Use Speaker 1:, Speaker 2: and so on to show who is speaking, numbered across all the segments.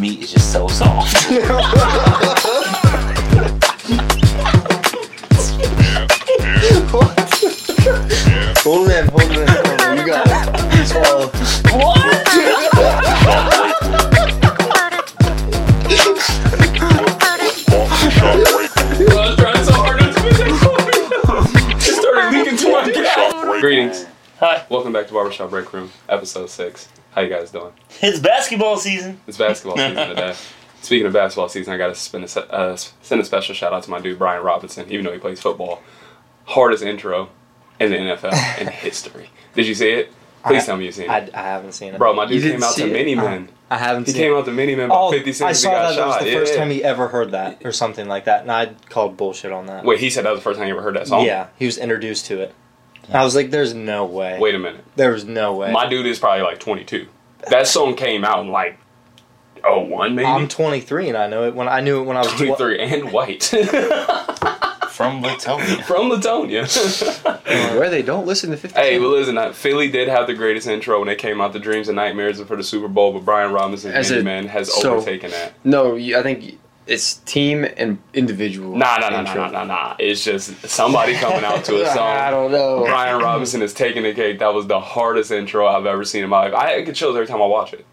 Speaker 1: meat is just so soft.
Speaker 2: Hold on, hold on, hold on. You got it. Twelve.
Speaker 3: I was trying so hard not to be that It started leaking to my cat. Greetings.
Speaker 1: Hi.
Speaker 3: Welcome back to Barbershop Break Room, episode six. How you guys doing?
Speaker 1: It's basketball season.
Speaker 3: It's basketball season today. Speaking of basketball season, I gotta spend a, se- uh, s- send a special shout out to my dude Brian Robinson, even though he plays football. Hardest intro in the NFL in history. Did you see it? Please
Speaker 4: I-
Speaker 3: tell me you seen it,
Speaker 4: I, I haven't seen it. Uh-huh.
Speaker 3: bro. My dude
Speaker 2: didn't
Speaker 3: came out to
Speaker 2: see it?
Speaker 3: Mini Man.
Speaker 4: I haven't
Speaker 3: He
Speaker 4: seen
Speaker 3: came
Speaker 4: it.
Speaker 3: out to Mini Man
Speaker 4: Oh,
Speaker 3: about 50 cents.
Speaker 4: I saw
Speaker 3: he got
Speaker 4: that. That was
Speaker 3: shot.
Speaker 4: the
Speaker 3: Yeah,
Speaker 4: first
Speaker 3: yeah.
Speaker 4: time he ever heard that or something like that. And I called bullshit on that.
Speaker 3: Wait, he said that was the first time you ever heard that song.
Speaker 4: Yeah, he was introduced to it. And I was like, there's no way.
Speaker 3: Wait a minute.
Speaker 4: There was no way.
Speaker 3: My dude is probably like 22. That song came out in like oh one maybe.
Speaker 4: I'm 23 and I know it when I knew it when I was 12.
Speaker 3: 23 and white
Speaker 1: From Latonia.
Speaker 3: from Latonia.
Speaker 2: Where they don't listen to fifty.
Speaker 3: hey, well, listen, uh, Philly did have the greatest intro when they came out the Dreams and Nightmares for the Super Bowl, but Brian Robinson's
Speaker 2: As a-
Speaker 3: Mini Man has
Speaker 2: so-
Speaker 3: overtaken that.
Speaker 2: No, you, I think it's team and individual.
Speaker 3: Nah, nah, nah, nah,
Speaker 2: intro.
Speaker 3: nah, nah, nah. It's just somebody coming out to a
Speaker 2: I
Speaker 3: song.
Speaker 2: don't know.
Speaker 3: Brian Robinson is taking the cake. That was the hardest intro I've ever seen in my life. I get chills every time I watch it.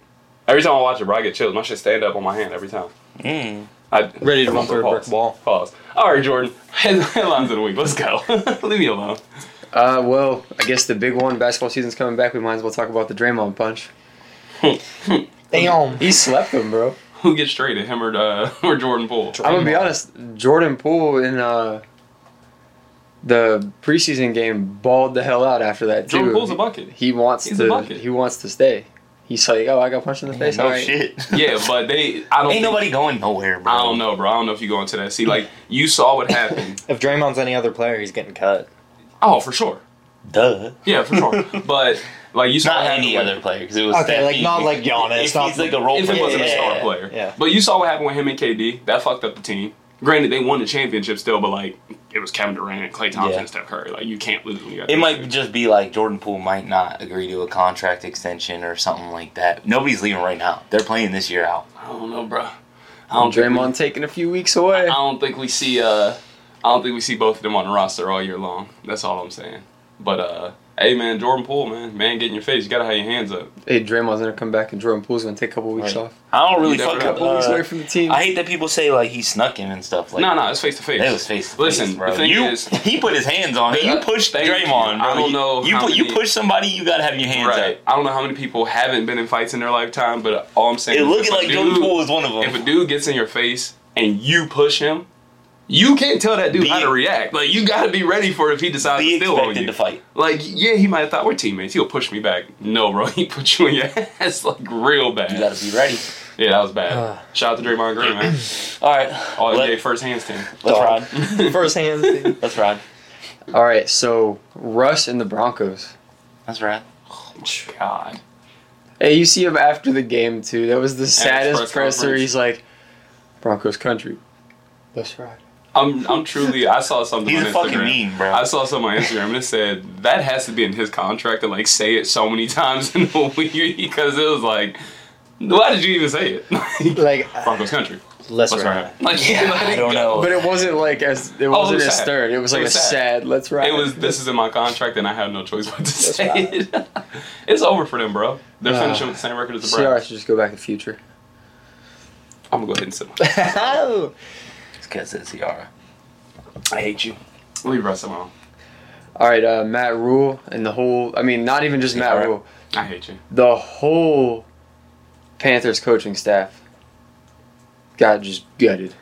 Speaker 3: Every time I watch it, bro, I get chills. My shit stand up on my hand every time.
Speaker 1: Mm.
Speaker 3: I,
Speaker 4: Ready to run through a brick
Speaker 3: Pause.
Speaker 4: wall.
Speaker 3: Pause. All right, Jordan. Head- Headlines of the week. Let's go. Leave me alone.
Speaker 2: Uh, well, I guess the big one, basketball season's coming back. We might as well talk about the Draymond punch.
Speaker 4: Damn.
Speaker 2: He slept him, bro.
Speaker 3: Who gets traded? Him or uh, or Jordan Poole?
Speaker 2: I'm gonna be honest. Jordan Poole in uh, the preseason game balled the hell out after that too.
Speaker 3: Jordan Poole's a bucket.
Speaker 2: He wants
Speaker 3: He's a
Speaker 2: to.
Speaker 3: bucket.
Speaker 2: He wants to stay. He's like, oh, I got punched in the face.
Speaker 1: no
Speaker 2: all right.
Speaker 1: shit.
Speaker 3: Yeah, but they. I
Speaker 1: Ain't
Speaker 3: don't. think-
Speaker 1: nobody going nowhere, bro.
Speaker 3: I don't know, bro. I don't know if you go into that. See, like you saw what happened.
Speaker 4: If Draymond's any other player, he's getting cut.
Speaker 3: oh, for sure.
Speaker 1: Duh.
Speaker 3: Yeah, for sure. but like you saw
Speaker 1: Not
Speaker 3: what happened
Speaker 1: any
Speaker 3: when-
Speaker 1: other player, because it was
Speaker 4: Okay,
Speaker 1: that
Speaker 4: like
Speaker 1: he-
Speaker 4: not like Giannis.
Speaker 1: If
Speaker 4: not
Speaker 1: he's like a role
Speaker 3: If he
Speaker 1: player.
Speaker 3: wasn't a
Speaker 1: yeah.
Speaker 3: star player.
Speaker 4: yeah.
Speaker 3: But you saw what happened with him and KD. That fucked up the team. Granted, they won the championship still, but like it was Kevin Durant, Clay Thompson,
Speaker 1: Yeah.
Speaker 3: and Steph Curry. Like you can't lose when you got.
Speaker 1: It
Speaker 3: those
Speaker 1: might
Speaker 3: two.
Speaker 1: just be like Jordan Poole might not agree to a contract extension or something like that. Nobody's leaving right now. They're playing this year out.
Speaker 3: I don't know, bro. I don't think we-
Speaker 2: Draymond taking a few weeks away.
Speaker 3: I don't think we see uh I don't think we see both of them on the roster all year long. That's all I'm saying. But uh hey man, Jordan Poole, man, man get in your face. You gotta have your hands up.
Speaker 2: Hey, Draymond's gonna come back, and Jordan Poole's gonna take a couple weeks
Speaker 1: Right.
Speaker 2: off.
Speaker 1: I don't really
Speaker 3: You never
Speaker 1: fuck
Speaker 3: know.
Speaker 1: up.
Speaker 2: couple weeks away
Speaker 1: Uh,
Speaker 2: from the team.
Speaker 1: I hate that people say like he snuck him and stuff like
Speaker 3: No, no, it's face to face.
Speaker 1: That was face to
Speaker 3: Listen,
Speaker 1: face, bro.
Speaker 3: the thing
Speaker 1: you,
Speaker 3: is
Speaker 1: he put his hands on it. You
Speaker 3: Uh,
Speaker 1: pushed
Speaker 3: thank you.
Speaker 1: Draymond, bro.
Speaker 3: I don't
Speaker 1: You-
Speaker 3: know
Speaker 1: You,
Speaker 3: how
Speaker 1: put, you
Speaker 3: many-
Speaker 1: push somebody, you gotta have your hands
Speaker 3: Right. I don't know how many people haven't been in fights in their lifetime, but all I'm
Speaker 1: up.
Speaker 3: saying
Speaker 1: It
Speaker 3: is
Speaker 1: looked
Speaker 3: if a
Speaker 1: like Jordan
Speaker 3: dude-
Speaker 1: Poole was one of
Speaker 3: If a
Speaker 1: them.
Speaker 3: dude gets in your face and you push him, you can't tell that dude
Speaker 1: Be-
Speaker 3: how to react. Like you gotta be ready for if he decides
Speaker 1: Be
Speaker 3: to steal on you.
Speaker 1: expected to fight.
Speaker 3: Like, yeah, he might have thought we're teammates. He'll push me back. No, bro, he put you in your ass like real bad.
Speaker 1: You gotta be ready.
Speaker 3: Yeah, that was bad. Shout out to Draymond Green, man.
Speaker 1: All right.
Speaker 3: All
Speaker 1: Let,
Speaker 3: NBA first hands team.
Speaker 1: let's ride.
Speaker 4: First hand.
Speaker 1: Let's ride.
Speaker 2: All right, so Russ and the Broncos.
Speaker 1: Let's ride.
Speaker 3: God.
Speaker 2: Hey, you see him after the game too. That was the saddest
Speaker 3: press
Speaker 2: presser.
Speaker 3: conference.
Speaker 2: He's like, Broncos country. That's right.
Speaker 3: I'm I'm truly I saw something
Speaker 1: He's
Speaker 3: on
Speaker 1: a
Speaker 3: Instagram.
Speaker 1: fucking meme, bro.
Speaker 3: I saw something on Instagram and it said that has to be in his contract to like say it so many times in a week because it was like why did you even say it? Like,
Speaker 4: like, uh,
Speaker 3: Broncos country.
Speaker 4: let's
Speaker 3: What's
Speaker 4: ride.
Speaker 3: right? Like let
Speaker 1: I
Speaker 3: it
Speaker 1: don't
Speaker 3: go.
Speaker 1: know.
Speaker 2: But it wasn't like as it
Speaker 3: Oh, was
Speaker 2: wasn't as
Speaker 3: sad.
Speaker 2: stern. It was
Speaker 3: It
Speaker 2: like
Speaker 3: was
Speaker 2: a
Speaker 3: sad.
Speaker 2: sad. Let's ride.
Speaker 3: It was this is in my contract and I have no choice but to say
Speaker 4: right.
Speaker 3: it. it's over for them, bro. They're
Speaker 2: Ah.
Speaker 3: finishing with the same record as the
Speaker 2: CR
Speaker 3: Browns.
Speaker 2: should just go back to future.
Speaker 3: I'm gonna go ahead and sit.
Speaker 4: Oh.
Speaker 1: It's because it's Ciara.
Speaker 3: I hate you. Leave Russ alone.
Speaker 2: All right, uh, Matt Rule and the whole. I mean, not even just
Speaker 1: Yeah,
Speaker 2: Matt
Speaker 1: all right.
Speaker 2: Rule.
Speaker 3: I hate you.
Speaker 2: The whole Panthers coaching staff got just gutted.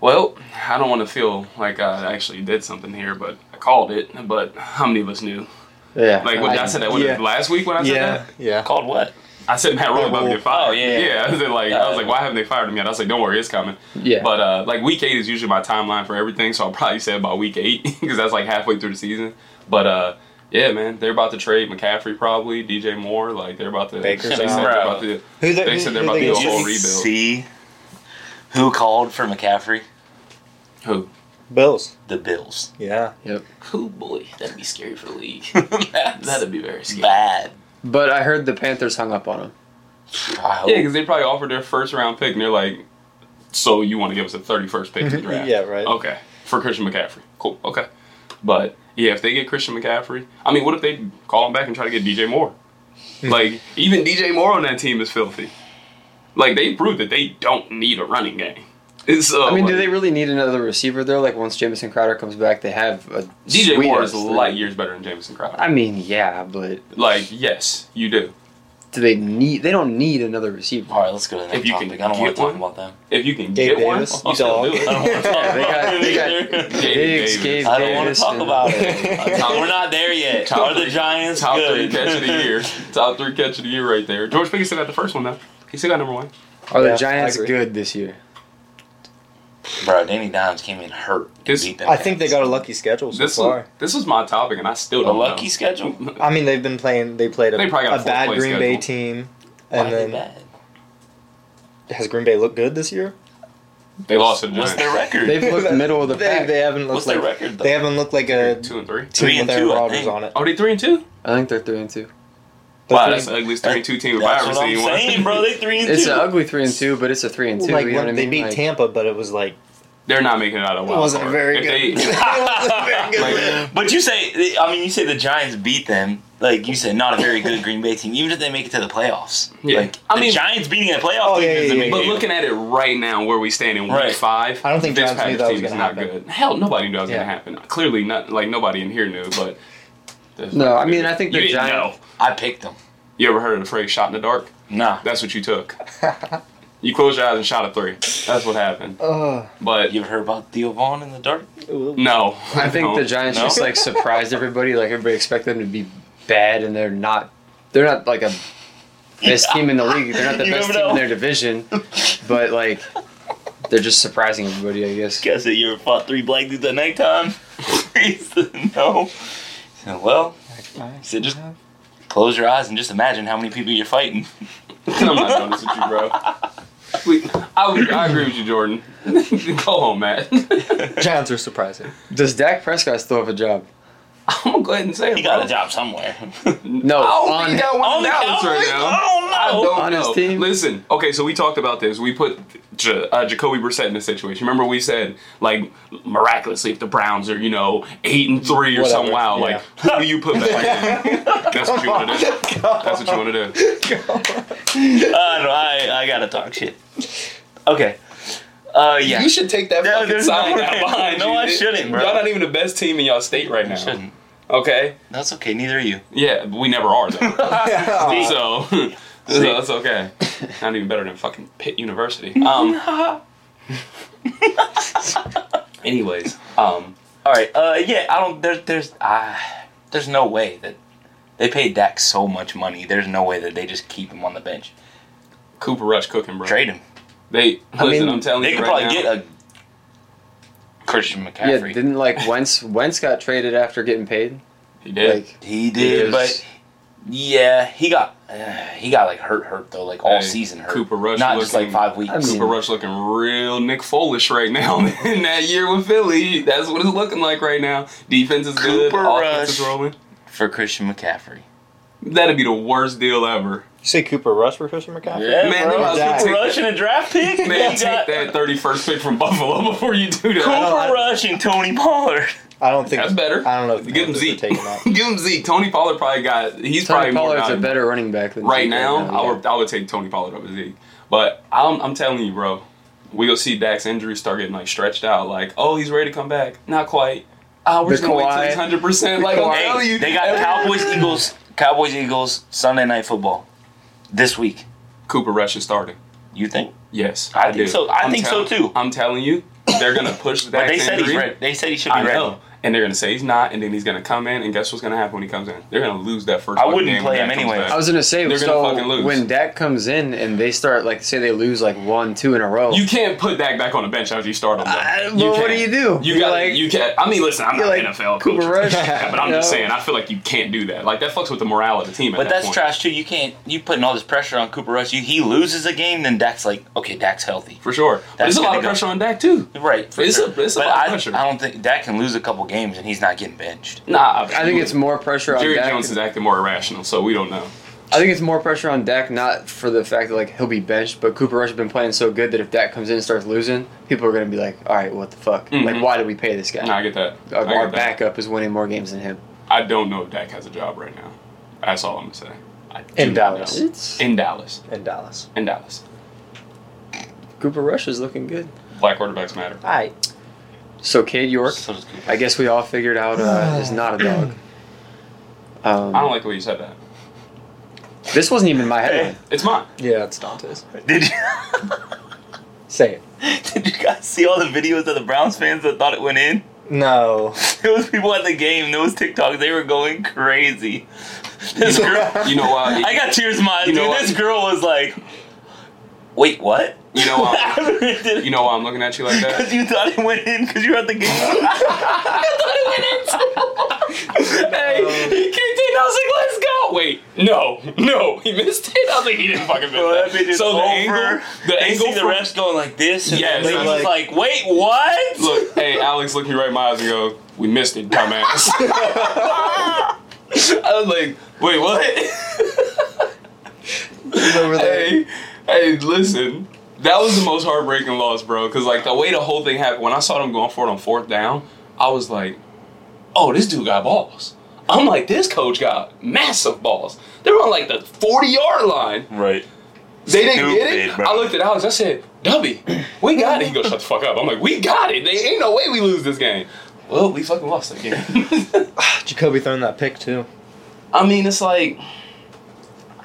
Speaker 3: Well, I don't want to feel like I actually did something here, but I called it. But how many of us knew?
Speaker 2: Yeah.
Speaker 3: Like when I, said that when,
Speaker 2: yeah.
Speaker 3: last week when I said
Speaker 4: Yeah.
Speaker 3: that,
Speaker 4: Yeah.
Speaker 1: Called what?
Speaker 3: I said Matt Rule about to get fired.
Speaker 1: Oh, yeah.
Speaker 3: yeah. I was like, I was like,
Speaker 1: Yeah.
Speaker 3: why haven't they fired him yet? I was like, don't worry, it's coming.
Speaker 2: Yeah.
Speaker 3: But uh, like week eight is usually my timeline for everything, so I'll probably say about week eight because that's like halfway through the season. But uh, yeah, man, they're about to trade McCaffrey probably, DJ Moore. Like they're about to.
Speaker 4: Baker's
Speaker 3: they said
Speaker 4: out.
Speaker 3: they're about to.
Speaker 4: Who the,
Speaker 3: They
Speaker 4: who-
Speaker 3: said they're
Speaker 4: who
Speaker 3: about
Speaker 4: they
Speaker 3: to do a
Speaker 4: get?
Speaker 3: whole
Speaker 1: you
Speaker 3: rebuild.
Speaker 1: See who called for McCaffrey?
Speaker 3: Who?
Speaker 4: Bills.
Speaker 1: The Bills.
Speaker 4: Yeah.
Speaker 3: Who boy? That'd be scary for the league.
Speaker 1: That's
Speaker 3: be very
Speaker 1: bad.
Speaker 2: But I heard the Panthers hung up on him.
Speaker 1: I hope.
Speaker 3: Yeah, because they probably offered their first round pick, and they're like, "So you want to give us a thirty first pick in the draft?"
Speaker 4: Yeah, right.
Speaker 3: Okay, for Christian McCaffrey. Cool. Okay, but yeah, if they get Christian McCaffrey, I mean, what if they call him back and try to get DJ Moore? like even DJ Moore on that team is filthy. Like they proved that they don't need a running game. It's, uh,
Speaker 2: I mean, do
Speaker 3: like,
Speaker 2: they really need another receiver though? Like once Jamison Crowder comes back, they have a
Speaker 3: DJ
Speaker 2: sweet
Speaker 3: Moore
Speaker 2: ass
Speaker 3: is
Speaker 2: three.
Speaker 3: light years better than Jameson Crowder.
Speaker 2: I mean, yeah, but
Speaker 3: like yes, you do.
Speaker 2: do they need? They don't need another receiver.
Speaker 1: All right, let's go to the
Speaker 3: If
Speaker 1: next
Speaker 3: you can
Speaker 1: topic. I don't want
Speaker 3: get
Speaker 1: to talk
Speaker 3: one.
Speaker 1: about them.
Speaker 3: If you can
Speaker 4: Gabe
Speaker 3: get one,
Speaker 4: Davis,
Speaker 3: I'll
Speaker 4: you
Speaker 3: still
Speaker 4: dog.
Speaker 3: do it. I don't want to talk
Speaker 2: Yeah, they got- they
Speaker 3: about it.
Speaker 2: Big Gabe
Speaker 1: I don't want to
Speaker 2: Davis
Speaker 1: talk
Speaker 2: and-
Speaker 1: about it.
Speaker 3: Top-
Speaker 1: We're not there yet.
Speaker 3: top
Speaker 1: Are the
Speaker 3: three-
Speaker 1: Giants
Speaker 3: Top
Speaker 1: good?
Speaker 3: three catch of the year. Top three catch of the year right there. George Pickens still got the first one though. He still got number one.
Speaker 4: Yeah,
Speaker 2: Are Oh, the
Speaker 4: I
Speaker 2: Giants
Speaker 4: agree.
Speaker 2: good this year?
Speaker 1: Bro, Danny Dimes came in hurt. and
Speaker 3: This-
Speaker 1: beat them
Speaker 4: I think they
Speaker 1: guys.
Speaker 4: got a lucky schedule so
Speaker 3: This
Speaker 4: far.
Speaker 3: was, this was my topic and I still
Speaker 1: a
Speaker 3: don't
Speaker 1: lucky
Speaker 3: know.
Speaker 1: schedule.
Speaker 4: I mean, they've been playing. They played a,
Speaker 3: They probably got a
Speaker 4: a bad
Speaker 3: fourth-place
Speaker 4: Green Bay
Speaker 3: schedule.
Speaker 4: team,
Speaker 1: Why
Speaker 4: and
Speaker 1: they
Speaker 4: then
Speaker 1: bad?
Speaker 4: has Green Bay looked good this year?
Speaker 3: They lost to the
Speaker 1: What's their
Speaker 3: Giants.
Speaker 1: record?
Speaker 2: They've looked middle of the
Speaker 4: they,
Speaker 2: pack.
Speaker 4: They haven't looked
Speaker 1: What's
Speaker 4: like
Speaker 1: their record? Though?
Speaker 4: they haven't looked like a
Speaker 3: two and three.
Speaker 1: Three
Speaker 4: team
Speaker 1: and
Speaker 4: with Aaron
Speaker 1: two, I
Speaker 4: Rodgers
Speaker 1: think.
Speaker 4: on it.
Speaker 3: Are they three and two?
Speaker 2: I think they're three and two.
Speaker 3: Wow,
Speaker 4: They're
Speaker 3: that's the ugliest three and two team
Speaker 1: That's
Speaker 3: I've ever
Speaker 1: what I'm
Speaker 3: seen. One.
Speaker 1: saying, bro. They three and
Speaker 2: It's
Speaker 1: two.
Speaker 2: an ugly three and two, but it's a three and two.
Speaker 4: like
Speaker 2: you know what I
Speaker 4: when they
Speaker 2: mean?
Speaker 4: beat
Speaker 2: Like,
Speaker 4: Tampa, but it was like
Speaker 3: They're not making it out of
Speaker 4: it
Speaker 3: wild
Speaker 4: wasn't
Speaker 3: card.
Speaker 4: very
Speaker 3: If
Speaker 4: good.
Speaker 3: they-
Speaker 4: It wasn't very good.
Speaker 3: Like-
Speaker 1: But you say, I mean, you say the Giants beat them. Like you said, not a very good Green Bay team, even if they make it to the playoffs.
Speaker 3: Yeah.
Speaker 1: Like
Speaker 3: I
Speaker 1: the
Speaker 3: mean-
Speaker 1: Giants beating a playoff
Speaker 4: Oh,
Speaker 1: team
Speaker 4: yeah,
Speaker 1: is
Speaker 4: yeah,
Speaker 1: a
Speaker 4: yeah,
Speaker 1: big
Speaker 3: But
Speaker 1: deal.
Speaker 3: looking at it right now, where we stand in week
Speaker 1: Right.
Speaker 3: five,
Speaker 4: I don't think
Speaker 3: this
Speaker 4: Giants knew
Speaker 3: Packers
Speaker 4: that was
Speaker 3: team is
Speaker 4: gonna
Speaker 3: not
Speaker 4: happen.
Speaker 3: good. Hell, nobody knew that was
Speaker 2: Yeah.
Speaker 3: gonna happen. Clearly, not like nobody in here knew. But
Speaker 2: No, I mean, I think
Speaker 3: you
Speaker 2: the
Speaker 3: didn't
Speaker 2: Giants-
Speaker 3: know.
Speaker 1: I picked them.
Speaker 3: You ever heard of the phrase "shot in the dark"?
Speaker 1: Nah,
Speaker 3: That's what you took. you closed your eyes and shot a three. That's what happened.
Speaker 4: Ugh.
Speaker 3: But
Speaker 1: you ever heard about Theo Vaughn in the dark?
Speaker 3: no,
Speaker 2: I think
Speaker 3: don't.
Speaker 2: the Giants
Speaker 1: No?
Speaker 2: just like surprised everybody. Like everybody expected them to be bad, and they're not. They're not like a best team in the league. They're not the
Speaker 1: You
Speaker 2: best
Speaker 1: never
Speaker 2: team
Speaker 1: know.
Speaker 2: in their division, but like they're just surprising everybody. I guess.
Speaker 1: Guess that you ever fought three black dudes at nighttime? he said, no. He said, well, he said, just close your eyes and just imagine how many people you're fighting.
Speaker 3: I'm not doing this with you, bro. We, I, would- I agree with you, Jordan. Go home, Matt.
Speaker 4: Giants are surprising.
Speaker 2: Does Dak Prescott still have a job?
Speaker 3: I'm gonna go ahead and say it.
Speaker 1: He got
Speaker 3: bro.
Speaker 1: a job somewhere.
Speaker 2: No,
Speaker 3: I don't
Speaker 2: on
Speaker 3: think that
Speaker 1: On
Speaker 3: one's
Speaker 1: the
Speaker 3: Dallas right
Speaker 1: Cowboys?
Speaker 3: now.
Speaker 1: I
Speaker 3: I
Speaker 1: don't know.
Speaker 3: don't
Speaker 2: On
Speaker 3: know.
Speaker 2: his team?
Speaker 3: Listen, okay, so we talked about this. We put J- uh, Jacoby Brissett in this situation. Remember, we said like miraculously if the Browns are you know eight and three or
Speaker 4: Whatever,
Speaker 3: something wild,
Speaker 4: yeah.
Speaker 3: like who do you put back in? That's what you want to do. That's what you want to do.
Speaker 1: I, don't, I, I gotta talk shit. Okay. Uh, yeah.
Speaker 3: You should take that
Speaker 1: No,
Speaker 3: fucking
Speaker 1: there's no
Speaker 3: sign
Speaker 1: way.
Speaker 3: out behind
Speaker 1: No,
Speaker 3: you.
Speaker 1: I shouldn't, bro.
Speaker 3: Y'all not even the best team in y'all state right now.
Speaker 1: shouldn't.
Speaker 3: Okay.
Speaker 1: That's okay. Neither are you.
Speaker 3: Yeah, we never are though. Oh,
Speaker 4: Yeah.
Speaker 3: so, so that's okay. Not even better than fucking Pitt University. Um. anyways, um,
Speaker 1: All right. Uh, yeah. I don't. There's there's uh, there's no way that they paid Dak so much money. There's no way that they just keep him on the bench.
Speaker 3: Cooper Rush cooking, bro.
Speaker 1: Trade him.
Speaker 3: They listen. I
Speaker 2: mean,
Speaker 3: am telling
Speaker 1: They
Speaker 3: you
Speaker 1: could
Speaker 3: right
Speaker 1: probably
Speaker 3: now.
Speaker 1: get a Christian
Speaker 2: yeah,
Speaker 1: McCaffrey.
Speaker 2: didn't like Wentz. Wentz got traded after getting paid.
Speaker 3: he did.
Speaker 2: Like
Speaker 1: he
Speaker 2: He
Speaker 1: did,
Speaker 2: is-
Speaker 1: but yeah, he got uh, he got like hurt, hurt though, like all
Speaker 3: Hey,
Speaker 1: season hurt.
Speaker 3: Cooper Rush
Speaker 1: not just like
Speaker 3: looking-
Speaker 1: five weeks.
Speaker 2: I mean-
Speaker 3: Cooper Rush looking real Nick Foles right now in that year with Philly. That's what it's looking like right now. Defense is good.
Speaker 1: Cooper
Speaker 3: offense is
Speaker 1: Rush.
Speaker 3: rolling.
Speaker 1: for Christian McCaffrey.
Speaker 3: That'd be the worst deal ever.
Speaker 4: You say Cooper Rush for Christian McCaffrey?
Speaker 1: Yeah,
Speaker 3: Man,
Speaker 1: bro.
Speaker 3: they might as well
Speaker 1: Cooper
Speaker 3: take-
Speaker 1: Rush and a draft pick.
Speaker 3: Man,
Speaker 1: You
Speaker 3: take
Speaker 1: got
Speaker 3: that 31st pick from Buffalo before you do that.
Speaker 1: Cooper
Speaker 4: I-
Speaker 1: Rush and Tony Pollard.
Speaker 4: I don't think
Speaker 3: That's better.
Speaker 4: I don't know if the
Speaker 3: Give him
Speaker 4: Panthers are
Speaker 3: Zeke.
Speaker 4: taking that.
Speaker 3: Give him Zeke. Tony Pollard probably got. He's
Speaker 2: Tony
Speaker 3: probably more
Speaker 2: Pollard's a
Speaker 3: valuable.
Speaker 2: better running back than
Speaker 3: right
Speaker 2: Zeke
Speaker 3: now, I
Speaker 2: yeah.
Speaker 3: would I would take Tony Pollard over Zeke. But I'm I'm telling you, bro, we gonna see Dak's injuries start getting like stretched out. Like, oh, he's ready to come back. Not quite. Oh, we're
Speaker 2: The
Speaker 3: just gonna wait till he's
Speaker 2: Kawhi-
Speaker 3: hundred percent. Like, I'm
Speaker 1: Hey,
Speaker 3: telling you,
Speaker 1: they got
Speaker 3: every-
Speaker 1: Cowboys, Eagles, Cowboys, Eagles, Sunday night football this week.
Speaker 3: Cooper Rush is starting.
Speaker 1: You think?
Speaker 3: Yes,
Speaker 1: I think
Speaker 3: do.
Speaker 1: so. I think so, too.
Speaker 3: I'm telling you, they're gonna push Dak's
Speaker 1: But they said
Speaker 3: injury.
Speaker 1: he's ready. They said he should be
Speaker 3: I
Speaker 1: ready.
Speaker 3: know. And they're gonna say he's not, and then he's gonna come in, and guess what's gonna happen when he comes in? They're gonna lose that first.
Speaker 1: I
Speaker 3: fucking
Speaker 1: wouldn't
Speaker 3: game when
Speaker 1: play
Speaker 3: Dak
Speaker 1: him
Speaker 3: comes
Speaker 1: anyway.
Speaker 3: back.
Speaker 2: I was gonna say,
Speaker 3: They're gonna
Speaker 2: so
Speaker 3: fucking lose.
Speaker 2: when Dak comes in and they start like say they lose like one, two in a row.
Speaker 3: You can't put Dak back on the bench after you start him. though.
Speaker 2: I-
Speaker 3: You
Speaker 2: but what
Speaker 3: can't.
Speaker 2: do you do?
Speaker 3: You
Speaker 2: You're
Speaker 3: got
Speaker 2: like-
Speaker 3: you can't. I mean, listen, I'm
Speaker 2: You're
Speaker 3: not
Speaker 2: like
Speaker 3: an NFL
Speaker 2: Cooper
Speaker 3: coach,
Speaker 2: Rush,
Speaker 3: but I'm
Speaker 2: you
Speaker 3: just
Speaker 2: know?
Speaker 3: saying, I feel like you can't do that. Like that fucks with the morale of the team. At
Speaker 1: But
Speaker 3: that
Speaker 1: that's
Speaker 3: point.
Speaker 1: trash too. You can't. You putting all this pressure on Cooper Rush. You, he loses a game, then Dak's like, okay, Dak's healthy.
Speaker 3: for sure. But
Speaker 1: That's
Speaker 3: it's a lot
Speaker 1: gonna
Speaker 3: of
Speaker 1: go-
Speaker 3: pressure on Dak too.
Speaker 1: Right. for
Speaker 3: It's a-
Speaker 1: sure.
Speaker 3: it's a
Speaker 1: but
Speaker 3: lot of
Speaker 1: I,
Speaker 3: pressure.
Speaker 1: I don't think Dak can lose a couple games and he's not getting benched.
Speaker 3: Nah,
Speaker 2: I think it's more pressure on
Speaker 3: Jerry
Speaker 2: Dak.
Speaker 3: Jones is acting more irrational, so we don't know.
Speaker 2: I think it's more pressure on Dak, not for the fact that like he'll be benched, but Cooper Rush has been playing so good that if Dak comes in and starts losing, people are gonna be like, "All right, what the fuck?
Speaker 3: Mhm.
Speaker 2: Like, why did we pay this guy?
Speaker 3: No, I get that. I,
Speaker 2: Our, our
Speaker 3: get that.
Speaker 2: backup is winning more games than him."
Speaker 3: I don't know if Dak has a job right now. That's all I'm gonna say. I do
Speaker 4: In
Speaker 3: not
Speaker 4: Dallas.
Speaker 3: know.
Speaker 2: It's
Speaker 3: In Dallas.
Speaker 4: in Dallas.
Speaker 3: In Dallas.
Speaker 2: Cooper Rush is looking good.
Speaker 3: Black quarterbacks matter.
Speaker 4: All right.
Speaker 2: So Cade York,
Speaker 1: So does Cooper.
Speaker 2: I guess we all figured out uh, is not a dog. Um,
Speaker 3: I don't like the way you said that.
Speaker 2: this wasn't even my headline.
Speaker 3: It's mine.
Speaker 4: Yeah, it's Dante's.
Speaker 1: Did you
Speaker 4: Say it.
Speaker 1: did you guys see all the videos of the Browns fans that thought it went in?
Speaker 4: No.
Speaker 1: There was people at the game. There was TikToks. They were going crazy. This girl,
Speaker 3: You know why?
Speaker 1: I got tears in my eyes.
Speaker 3: You
Speaker 1: Dude,
Speaker 3: know what?
Speaker 1: this girl was like, "Wait, what?"
Speaker 3: You know why?
Speaker 1: you
Speaker 3: You know why I'm looking at you like that?
Speaker 1: because you thought it went in because you were at the game. I thought it went in.
Speaker 3: Hey, he kicked it. I was like, let's go. Um, Wait, no, no, he missed it. I was like, he didn't fucking miss
Speaker 1: Bro, that bitch
Speaker 3: it.
Speaker 1: is
Speaker 3: So the
Speaker 1: over.
Speaker 3: angle, the
Speaker 1: they
Speaker 3: angle
Speaker 1: see the
Speaker 3: from-
Speaker 1: refs going like this. And
Speaker 3: Yes,
Speaker 1: yes, they
Speaker 3: that's
Speaker 1: was like, "Wait, what?"
Speaker 3: Look, hey, Alex looked me right in my eyes and go, we missed it, dumbass. I was like, wait, what?
Speaker 2: over
Speaker 3: hey, hey, listen. That was the most heartbreaking loss, bro. Cause like the way the whole thing happened, when I saw them going for it on fourth down, I was like, oh, this dude got balls. I'm like, this coach got massive balls. They were on like the 40 yard line.
Speaker 1: Right.
Speaker 3: They didn't get it.
Speaker 1: Stupid, bro.
Speaker 3: I looked at Alex. I said, "Dubby, we got it." He goes, "Shut the fuck up." I'm like, "We got it. There ain't no way we lose this game." Well, we fucking lost that game.
Speaker 4: Jacoby throwing that pick too.
Speaker 3: I mean, it's like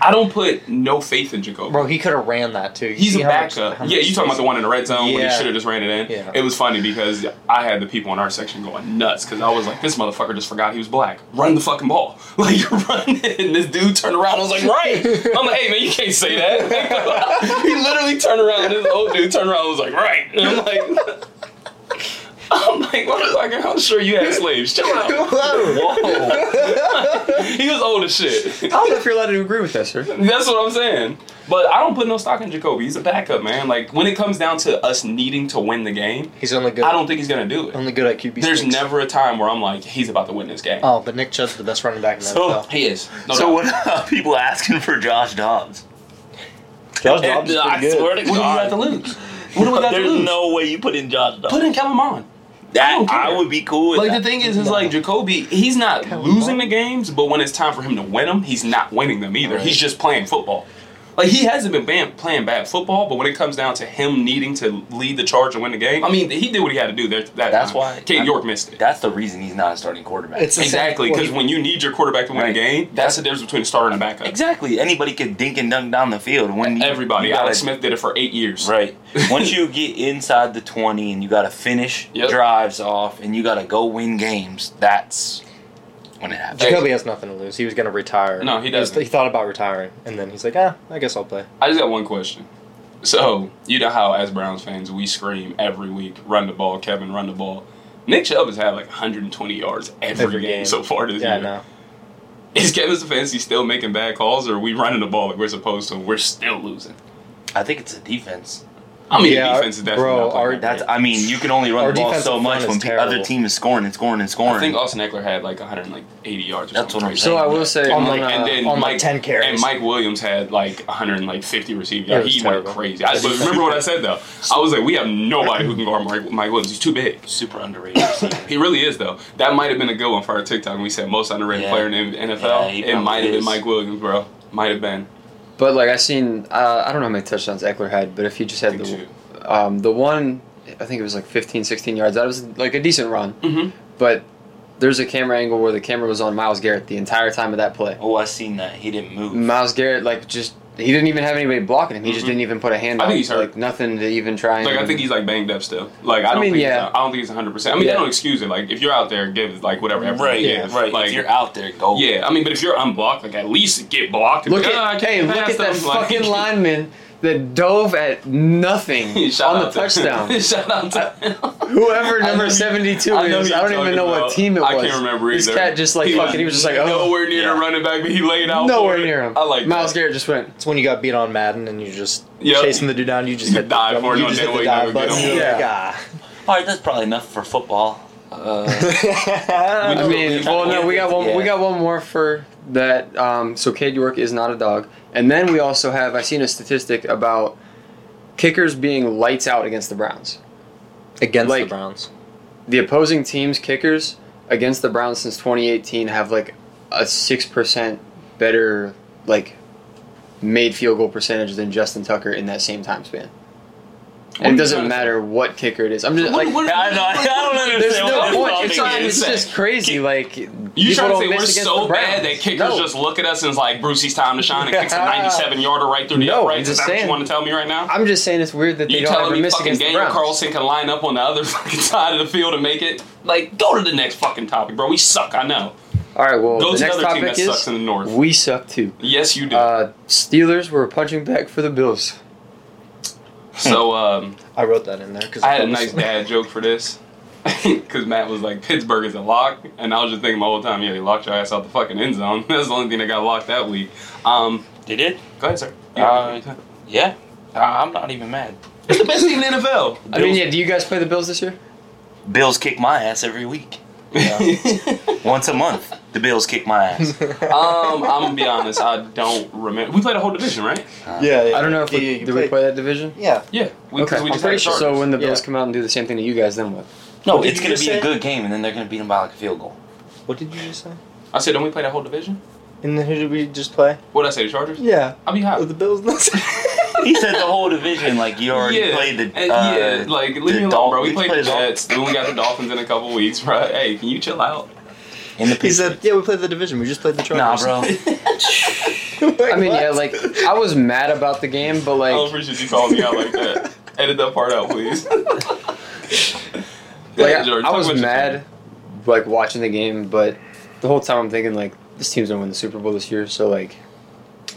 Speaker 3: I don't put no faith in Jacoby.
Speaker 4: Bro, he could have ran that too. You
Speaker 3: He's
Speaker 4: see
Speaker 3: a
Speaker 4: how much-
Speaker 3: backup.
Speaker 4: how
Speaker 3: yeah,
Speaker 4: much
Speaker 3: you talking about the one in the red zone when he
Speaker 4: Yeah.
Speaker 3: should have just ran it in?
Speaker 4: Yeah.
Speaker 3: It was funny because I had the people in our section going nuts because I was like, this motherfucker just forgot he was black. Run the fucking ball. Like, run it. And this dude turned around. I was like, right. I'm like, hey, man, you can't say that. he literally turned around. This old dude turned around and was like, right. And I'm like, I'm like, motherfucker, I'm sure you had slaves. Chill out.
Speaker 4: Whoa.
Speaker 3: He was old as shit.
Speaker 2: I don't know if you're allowed to agree with that, sir.
Speaker 3: That's what I'm saying. But I don't put no stock in Jacoby. He's a backup, man. Like when it comes down to us needing to win the game,
Speaker 4: He's only good.
Speaker 3: I don't think he's gonna do it.
Speaker 4: only good at QB.
Speaker 3: There's
Speaker 4: sneaks.
Speaker 3: never a time where I'm like, he's about to win this game.
Speaker 4: Oh, but Nick Chubb's the best running back in the
Speaker 1: So-
Speaker 4: NFL.
Speaker 3: He is. No
Speaker 1: so
Speaker 3: doubt.
Speaker 1: what are people asking for Josh Dobbs?
Speaker 4: Josh
Speaker 1: And I swear to
Speaker 3: What do you
Speaker 1: God,
Speaker 3: got to lose? What do we got to
Speaker 1: there's
Speaker 3: lose?
Speaker 1: no way you put in Josh Dobbs.
Speaker 3: Put in Kellen Mond. I
Speaker 1: that
Speaker 3: don't care.
Speaker 1: I, would be cool with
Speaker 3: Like the
Speaker 1: that.
Speaker 3: thing is, is like Jacoby, he's not losing the games, but when it's time for him to win them, he's not winning them either. He's just playing football. Like he hasn't been ban- playing bad football, but when it comes down to him needing to lead the charge and win the game, I mean, he did what he had to do. There, that
Speaker 1: That's
Speaker 3: time.
Speaker 1: why-
Speaker 3: Cade
Speaker 1: I-
Speaker 3: York missed it.
Speaker 1: That's the reason he's not a starting quarterback.
Speaker 4: It's the same-
Speaker 3: Exactly, because
Speaker 4: well,
Speaker 3: when you need your quarterback to win a
Speaker 1: Right.
Speaker 3: game, that's the difference between a starter and a backup.
Speaker 1: exactly. Anybody can dink and dunk down the field. When you-
Speaker 3: Everybody,
Speaker 1: you gotta-
Speaker 3: Alex Smith did it for eight years.
Speaker 1: Right. Once you get inside the twenty and you got to finish
Speaker 3: Yep.
Speaker 1: drives off and you got to go win games, that's when it happens.
Speaker 3: Hey.
Speaker 4: Jacoby has nothing to lose. He was going to retire.
Speaker 3: No, he
Speaker 4: was-
Speaker 3: doesn't.
Speaker 4: He thought about retiring, and then he's like, ah, I guess I'll play.
Speaker 3: I just got one question. So you know how as Browns fans we scream every week, run the ball, Kevin, run the ball. Nick Chubb has had like 120 yards every,
Speaker 4: Every
Speaker 3: game,
Speaker 4: game.
Speaker 3: so far this
Speaker 4: Yeah,
Speaker 3: year.
Speaker 4: no.
Speaker 3: Is Kevin Stefanski still making bad calls, or are we running the ball like we're supposed to? and We're still losing.
Speaker 1: I think it's a defense.
Speaker 3: I mean,
Speaker 4: Yeah,
Speaker 3: the defense is definitely.
Speaker 4: bro,
Speaker 3: not playing
Speaker 4: our-
Speaker 3: that
Speaker 1: That's. I mean, you can only run
Speaker 4: Our
Speaker 1: the ball
Speaker 4: defensive
Speaker 1: so
Speaker 4: front
Speaker 1: much
Speaker 4: is
Speaker 1: when the
Speaker 4: terrible.
Speaker 1: other team is scoring and scoring and
Speaker 3: bad.
Speaker 1: scoring.
Speaker 3: I think Austin Eckler had like 180 yards. Or
Speaker 1: That's
Speaker 3: something
Speaker 1: what I'm
Speaker 3: crazy.
Speaker 1: saying.
Speaker 2: So I will say,
Speaker 4: On
Speaker 2: on,
Speaker 4: like-
Speaker 2: uh,
Speaker 3: And then
Speaker 4: on,
Speaker 3: Mike
Speaker 4: like, 10 carries.
Speaker 3: and Mike Williams had like 150 receiving yards.
Speaker 4: It was
Speaker 3: He went
Speaker 4: terrible.
Speaker 3: crazy. I, but remember what I said though. I was like, we have nobody who can guard Mike, Mike Williams. He's too big.
Speaker 1: super underrated. receiver.
Speaker 3: He really is though. That might have been a good one for our TikTok. When we said most underrated
Speaker 1: Yeah.
Speaker 3: player in the NFL.
Speaker 1: Yeah, he
Speaker 3: it
Speaker 1: probably
Speaker 3: might have been
Speaker 1: is.
Speaker 3: Mike Williams, bro. Might have been.
Speaker 2: but like I seen, uh, I don't know how many touchdowns Eckler had, but if he just had
Speaker 3: Think
Speaker 2: the um, the one, I think it was like 15, 16 yards. That was like a decent run.
Speaker 3: Mhm.
Speaker 2: But there's a camera angle where the camera was on Miles Garrett the entire time of that play.
Speaker 1: oh, I seen that. He didn't move.
Speaker 2: Miles Garrett like just he didn't even have anybody blocking him. He
Speaker 3: Mhm.
Speaker 2: just didn't even put a hand.
Speaker 3: I think
Speaker 2: up,
Speaker 3: he's hurt.
Speaker 2: Like nothing to even try. And,
Speaker 3: Like I think he's like banged up still. Like I,
Speaker 2: I
Speaker 3: don't
Speaker 2: mean,
Speaker 3: think he's-
Speaker 2: yeah.
Speaker 3: I don't think he's 100. percent I mean,
Speaker 2: Yeah.
Speaker 3: that don't excuse it. Like if you're out there, give like whatever. effort you
Speaker 1: Right,
Speaker 3: can.
Speaker 1: right.
Speaker 3: Like
Speaker 1: if you're out there, go.
Speaker 3: yeah. I mean, but if you're unblocked, like at least get blocked.
Speaker 2: look
Speaker 3: Like, "Ah, I
Speaker 2: at
Speaker 3: can't
Speaker 2: hey look
Speaker 3: pass
Speaker 2: at that
Speaker 3: them," like-
Speaker 2: fucking lineman that dove at nothing
Speaker 3: Shout
Speaker 2: on the
Speaker 3: out to-
Speaker 2: touchdown.
Speaker 3: Shout out to
Speaker 2: Whoever
Speaker 3: I know
Speaker 2: number
Speaker 3: who-
Speaker 2: seventy two
Speaker 3: I know
Speaker 2: is,
Speaker 3: who
Speaker 2: I
Speaker 3: you're
Speaker 2: don't even
Speaker 3: talking
Speaker 2: know
Speaker 3: about.
Speaker 2: what team it was.
Speaker 3: I can't remember
Speaker 2: This
Speaker 3: either.
Speaker 2: cat just like fucking. He was just like, oh,
Speaker 3: nowhere near a
Speaker 1: yeah.
Speaker 3: running back, but he laid out
Speaker 2: nowhere
Speaker 3: for it.
Speaker 2: near him.
Speaker 3: I like
Speaker 2: Miles
Speaker 3: that.
Speaker 2: Garrett just went.
Speaker 4: It's when you got beat on Madden and you're just
Speaker 3: Yep.
Speaker 4: chasing the dude down. You just
Speaker 3: You
Speaker 4: hit the-
Speaker 3: dive for it
Speaker 4: You
Speaker 3: on
Speaker 4: just
Speaker 3: that
Speaker 4: hit
Speaker 3: way,
Speaker 4: the
Speaker 3: you
Speaker 4: dive
Speaker 3: never get
Speaker 4: button.
Speaker 2: him.
Speaker 4: You're like, ah.
Speaker 1: All right, that's probably enough for football. Uh,
Speaker 2: I mean, well, no, we got one.
Speaker 1: Yeah.
Speaker 2: We got one more for that um, so Cade York is not a dog, and then we also have I seen a statistic about kickers being lights out against the Browns.
Speaker 4: against the
Speaker 2: Like-
Speaker 4: Browns.
Speaker 2: The opposing team's kickers against the Browns since 2018 have like a six percent better like made field goal percentage than Justin Tucker in that same time span. And it doesn't matter what kicker it is. I'm just like.
Speaker 1: I, know, I don't understand.
Speaker 2: There's no
Speaker 1: what
Speaker 2: point.
Speaker 1: this
Speaker 2: It's,
Speaker 1: topic
Speaker 2: not,
Speaker 1: is.
Speaker 2: it's just crazy. Like
Speaker 3: You
Speaker 2: people
Speaker 3: trying to
Speaker 2: don't
Speaker 3: say
Speaker 2: miss
Speaker 3: we're
Speaker 2: against
Speaker 3: so
Speaker 2: the Browns.
Speaker 3: bad that kickers
Speaker 2: No.
Speaker 3: just look at us and it's like Brucey's time to shine and kicks a 97 yarder right through the
Speaker 2: No, I'm
Speaker 3: uprights? Is
Speaker 2: just
Speaker 3: that what you
Speaker 2: saying.
Speaker 3: want to tell me right now?
Speaker 2: I'm just saying it's weird that they
Speaker 3: you
Speaker 2: don't ever
Speaker 3: telling me
Speaker 2: miss
Speaker 3: fucking
Speaker 2: against the
Speaker 3: Daniel
Speaker 2: Browns.
Speaker 3: Carlson can line up on the other fucking side of the field and make it? Like, go to the next fucking topic, bro. We suck. I know.
Speaker 2: All right, well,
Speaker 3: Go
Speaker 2: the
Speaker 3: to
Speaker 2: next
Speaker 3: another team
Speaker 2: topic
Speaker 3: that sucks
Speaker 2: is
Speaker 3: in the north.
Speaker 2: we suck too.
Speaker 3: Yes, you do.
Speaker 2: Uh, Steelers were a punching back for the Bills.
Speaker 3: so, um,
Speaker 4: I wrote that in there because
Speaker 3: I had a nice dad joke for this. Because Matt was like, Pittsburgh is a lock. And I was just thinking my whole time, yeah, they locked your ass out the fucking end zone. That's the only thing that got locked that week. Um,
Speaker 1: They did?
Speaker 3: go ahead, sir.
Speaker 1: Uh, yeah. Uh, I'm not even mad.
Speaker 3: it's the best team in the NFL.
Speaker 2: I mean, yeah. Do you guys play the Bills this year?
Speaker 1: Bills kick my ass every week. Once a month, the Bills kick my ass.
Speaker 3: um, I'm gonna be honest. I don't remember. We played a whole division, right?
Speaker 4: yeah, yeah.
Speaker 2: I don't know if
Speaker 4: Yeah,
Speaker 2: we,
Speaker 4: yeah, you
Speaker 2: did we
Speaker 4: played-
Speaker 2: play that division.
Speaker 4: Yeah,
Speaker 3: Yeah. We, 'cause
Speaker 2: Okay,
Speaker 3: we
Speaker 2: I'm
Speaker 3: just had
Speaker 2: pretty
Speaker 3: the
Speaker 2: sure.
Speaker 3: Chargers.
Speaker 2: So when the Bills
Speaker 4: Yeah.
Speaker 2: come out and do the same thing to you guys, then what?
Speaker 1: No,
Speaker 4: What did
Speaker 1: it's
Speaker 4: you
Speaker 1: going to
Speaker 4: just
Speaker 1: be
Speaker 4: say?
Speaker 1: a good game, and then they're going to beat them by like a field goal.
Speaker 4: What did you just say?
Speaker 3: I said, don't we play the whole division?
Speaker 4: And then who did we just play?
Speaker 3: What did I say? The Chargers?
Speaker 4: Yeah,
Speaker 3: I'll be high.
Speaker 4: with the Bills.
Speaker 1: He said the whole division, like you already played the.
Speaker 3: and
Speaker 1: uh,
Speaker 3: yeah, like leave
Speaker 1: the
Speaker 3: me alone,
Speaker 1: Dol-
Speaker 3: bro. We
Speaker 1: we
Speaker 3: played the
Speaker 1: played the Dol-
Speaker 3: Jets. Then we got the Dolphins in a couple weeks, bro. Hey, can you chill out?
Speaker 1: in the
Speaker 4: he said, "Yeah, we played the division. We just played the
Speaker 1: Nah,
Speaker 4: Chargers."
Speaker 1: bro.
Speaker 2: I mean, yeah, like I was mad about the game, but
Speaker 3: I don't
Speaker 2: like,
Speaker 3: appreciate you calling me out like that. Edit that part out, please. Go
Speaker 2: like
Speaker 3: ahead,
Speaker 2: I,
Speaker 3: George.
Speaker 2: I
Speaker 3: Talk
Speaker 2: was
Speaker 3: about your
Speaker 2: mad, like watching the game, but the whole time I'm thinking like this team's gonna win the Super Bowl this year, so like
Speaker 3: team.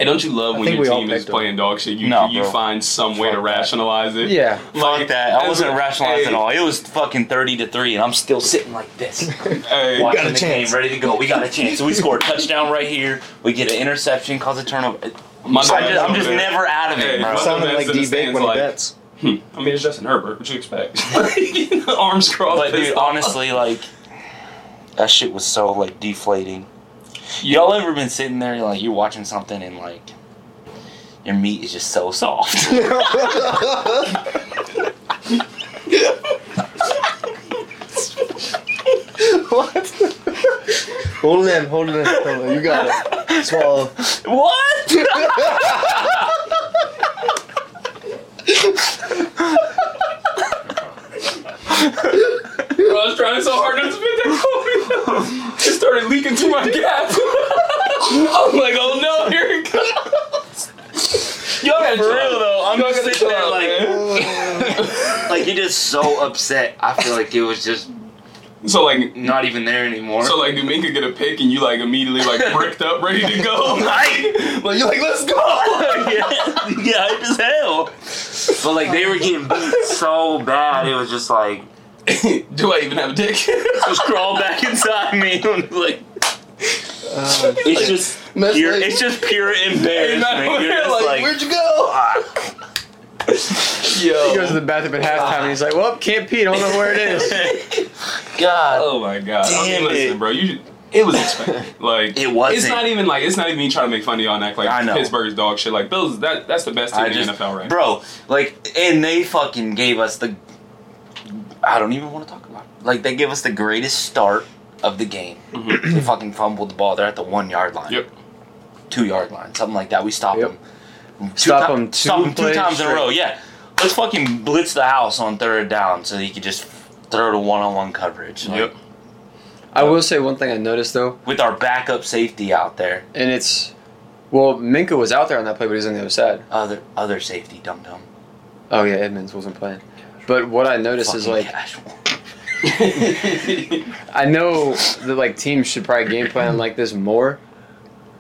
Speaker 3: And don't you love
Speaker 4: I
Speaker 3: when
Speaker 4: think
Speaker 3: your
Speaker 4: we all
Speaker 3: team is
Speaker 4: picked 'em.
Speaker 3: playing dog shit? You
Speaker 1: No,
Speaker 3: you
Speaker 1: bro.
Speaker 3: find some way to
Speaker 4: Fuck that.
Speaker 3: rationalize it.
Speaker 2: yeah.
Speaker 1: Fuck that. I wasn't
Speaker 3: as a-
Speaker 1: rationalized
Speaker 3: hey,
Speaker 1: at all. It was fucking 30 to 3, and I'm still sitting like this.
Speaker 3: Hey,
Speaker 1: watching the
Speaker 4: chance.
Speaker 1: game, ready to go. We got a chance. So we score a touchdown right here. We get an interception, cause a turnover.
Speaker 3: my
Speaker 1: I
Speaker 3: bad.
Speaker 1: am just
Speaker 3: Hey,
Speaker 1: never out of
Speaker 3: Hey,
Speaker 1: it, bro.
Speaker 3: my-
Speaker 4: Sounded like
Speaker 3: That's in the
Speaker 4: D Big
Speaker 3: stands,
Speaker 4: when he
Speaker 3: like-
Speaker 4: bets.
Speaker 3: Hmm. I mean, it's Justin Herbert. What you expect? Arms crossed.
Speaker 1: But dude,
Speaker 3: pissed off.
Speaker 1: honestly, like that shit was so like deflating. Y'all ever been sitting there like you're watching something and like your meat is just so soft?
Speaker 4: what? hold it in, hold it in, hold it in. You got it. Swallow.
Speaker 1: what?
Speaker 3: Bro, I was trying so hard not to spit that coffee. It started leaking through my gap. I'm like, oh no, here it comes. Y'all gotta
Speaker 1: For
Speaker 3: chill
Speaker 1: real
Speaker 3: out.
Speaker 1: though, I'm
Speaker 3: Y'all
Speaker 1: just
Speaker 3: gotta
Speaker 1: sitting
Speaker 3: chill
Speaker 1: there like,
Speaker 3: out, man.
Speaker 1: like you're just so upset. I feel like it was just
Speaker 3: So like,
Speaker 1: not even there anymore.
Speaker 3: so like, do Minka get a pick and you like immediately like bricked up, ready to go? Like, like you're like, let's go.
Speaker 1: yeah, yeah, hype as hell. But like they were getting beat so bad, it was just like
Speaker 3: do I even have a dick?
Speaker 1: just crawl back inside me. and, like
Speaker 4: Uh,
Speaker 1: it's just
Speaker 4: Mess
Speaker 1: pure,
Speaker 4: like-
Speaker 1: it's just pure
Speaker 3: You're not
Speaker 1: embarrassment. You're
Speaker 3: aware,
Speaker 1: just
Speaker 3: like,
Speaker 1: like,
Speaker 4: Where'd you go?
Speaker 1: "Fuck."
Speaker 2: He goes to
Speaker 3: Yo.
Speaker 2: the bathroom at halftime and he's like, "Well, can't pee. Don't know where it is."
Speaker 1: God,
Speaker 3: Oh my god. I mean,
Speaker 1: Damn
Speaker 3: listen,
Speaker 1: it.
Speaker 3: bro, you. It was expected. Like
Speaker 1: It wasn't.
Speaker 3: It's not even like it's not even me trying to make fun of y'all and act like
Speaker 1: I know.
Speaker 3: Pittsburgh's dog shit. Like Bills, that that's the best team
Speaker 1: I
Speaker 3: in
Speaker 1: just
Speaker 3: the NFL right now.
Speaker 1: bro, like, and they fucking gave us the. I don't even want to talk about. It. Like they gave us the greatest start of the game.
Speaker 3: Mhm.
Speaker 1: they fucking fumbled the ball. They're at the one yard line.
Speaker 3: Yep.
Speaker 1: Two yard line, something like that. We stop
Speaker 2: Yep.
Speaker 1: them.
Speaker 2: Stop 'em two
Speaker 1: stop 'em two
Speaker 2: plays
Speaker 1: times in a
Speaker 2: straight.
Speaker 1: row. Yeah. Let's fucking blitz the house on third down so that you could just throw to one on one coverage. Like,
Speaker 3: Yep.
Speaker 2: I will say one thing I noticed though,
Speaker 1: With our backup safety out there,
Speaker 2: and it's, well, Minka was out there on that play, but he was on the other side.
Speaker 1: other other safety dum dum.
Speaker 2: Oh yeah, Edmonds wasn't playing. But what I noticed is like
Speaker 1: casual.
Speaker 2: I know that like teams should probably game plan like this more,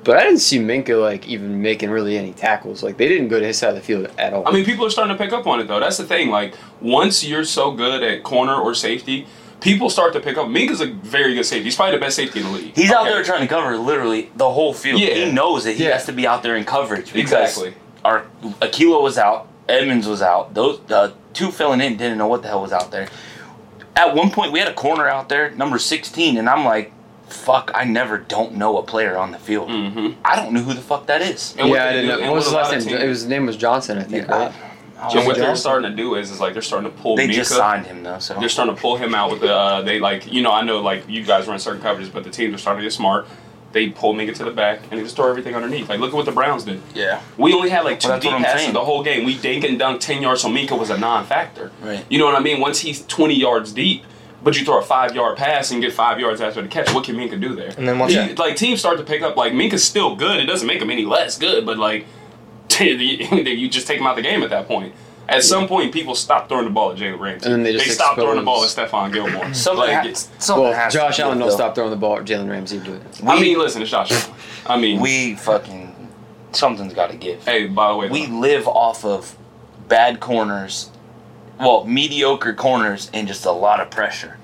Speaker 2: but I didn't see Minka like even making really any tackles. Like they didn't go to his side of the field at all.
Speaker 3: I mean, people are starting to pick up on it though. That's the thing. Like, once you're so good at corner or safety, people start to pick up. Minka's a very good safety. He's probably the best safety in the league.
Speaker 1: He's out
Speaker 3: Okay.
Speaker 1: there trying to cover literally the whole field.
Speaker 3: Yeah.
Speaker 1: He knows that he
Speaker 2: Yeah.
Speaker 1: has to be out there in coverage. because
Speaker 3: Exactly.
Speaker 1: Our Aquila was out. Edmonds was out. Those uh, two filling in didn't know what the hell was out there. At one point, we had a corner out there, number sixteen, and I'm like, fuck, I never don't know a player on the field.
Speaker 3: Mm-hmm.
Speaker 1: I don't know who the fuck that is.
Speaker 3: And what
Speaker 2: yeah, I
Speaker 3: they
Speaker 2: didn't
Speaker 3: do-
Speaker 2: know.
Speaker 3: and
Speaker 2: What was his
Speaker 3: what a lot
Speaker 2: last
Speaker 3: of
Speaker 2: name?
Speaker 3: teams-
Speaker 2: It was, his name was Johnson, I think,
Speaker 1: Yeah,
Speaker 2: right?
Speaker 1: I don't
Speaker 3: And what
Speaker 1: know.
Speaker 3: they're starting to do is, is like they're starting to pull
Speaker 1: they
Speaker 3: Mika.
Speaker 1: just signed him though, so
Speaker 3: They're starting to pull him out with the. Uh, they like you know I know like you guys run certain coverages, but the teams are starting to get smart. They pull Mika to the back and they just throw everything underneath. Like look at what the Browns did.
Speaker 1: yeah,
Speaker 3: We only had like two
Speaker 1: Well, that's
Speaker 3: deep
Speaker 1: what I'm
Speaker 3: passes
Speaker 1: saying.
Speaker 3: the whole game. We dink and dunk ten yards, so Mika was a non-factor.
Speaker 1: Right.
Speaker 3: You know what I mean? Once he's twenty yards deep, but you throw a five-yard pass and get five yards after the catch. What can Minka do there?
Speaker 4: And then once
Speaker 3: You- like teams start to pick up. Like Minka's still good. It doesn't make him any less good, but like you just take him out the game at that point. At some point, people stop throwing the ball at Jalen Ramsey.
Speaker 2: And then they just
Speaker 3: stop throwing the ball at
Speaker 2: expose-
Speaker 3: Stephon Gilmore.
Speaker 1: something.
Speaker 3: Like,
Speaker 1: ha-
Speaker 3: it's-
Speaker 1: something
Speaker 2: Well,
Speaker 1: has to
Speaker 2: Josh
Speaker 1: be
Speaker 2: Allen
Speaker 1: built,
Speaker 2: don't
Speaker 1: though.
Speaker 2: stop throwing the ball at Jalen Ramsey, but
Speaker 3: I mean, listen, it's Josh. Allen. I mean,
Speaker 1: We fucking something's got to give.
Speaker 3: hey, by the way,
Speaker 1: We live off of bad corners, well, mediocre corners, and just a lot of pressure.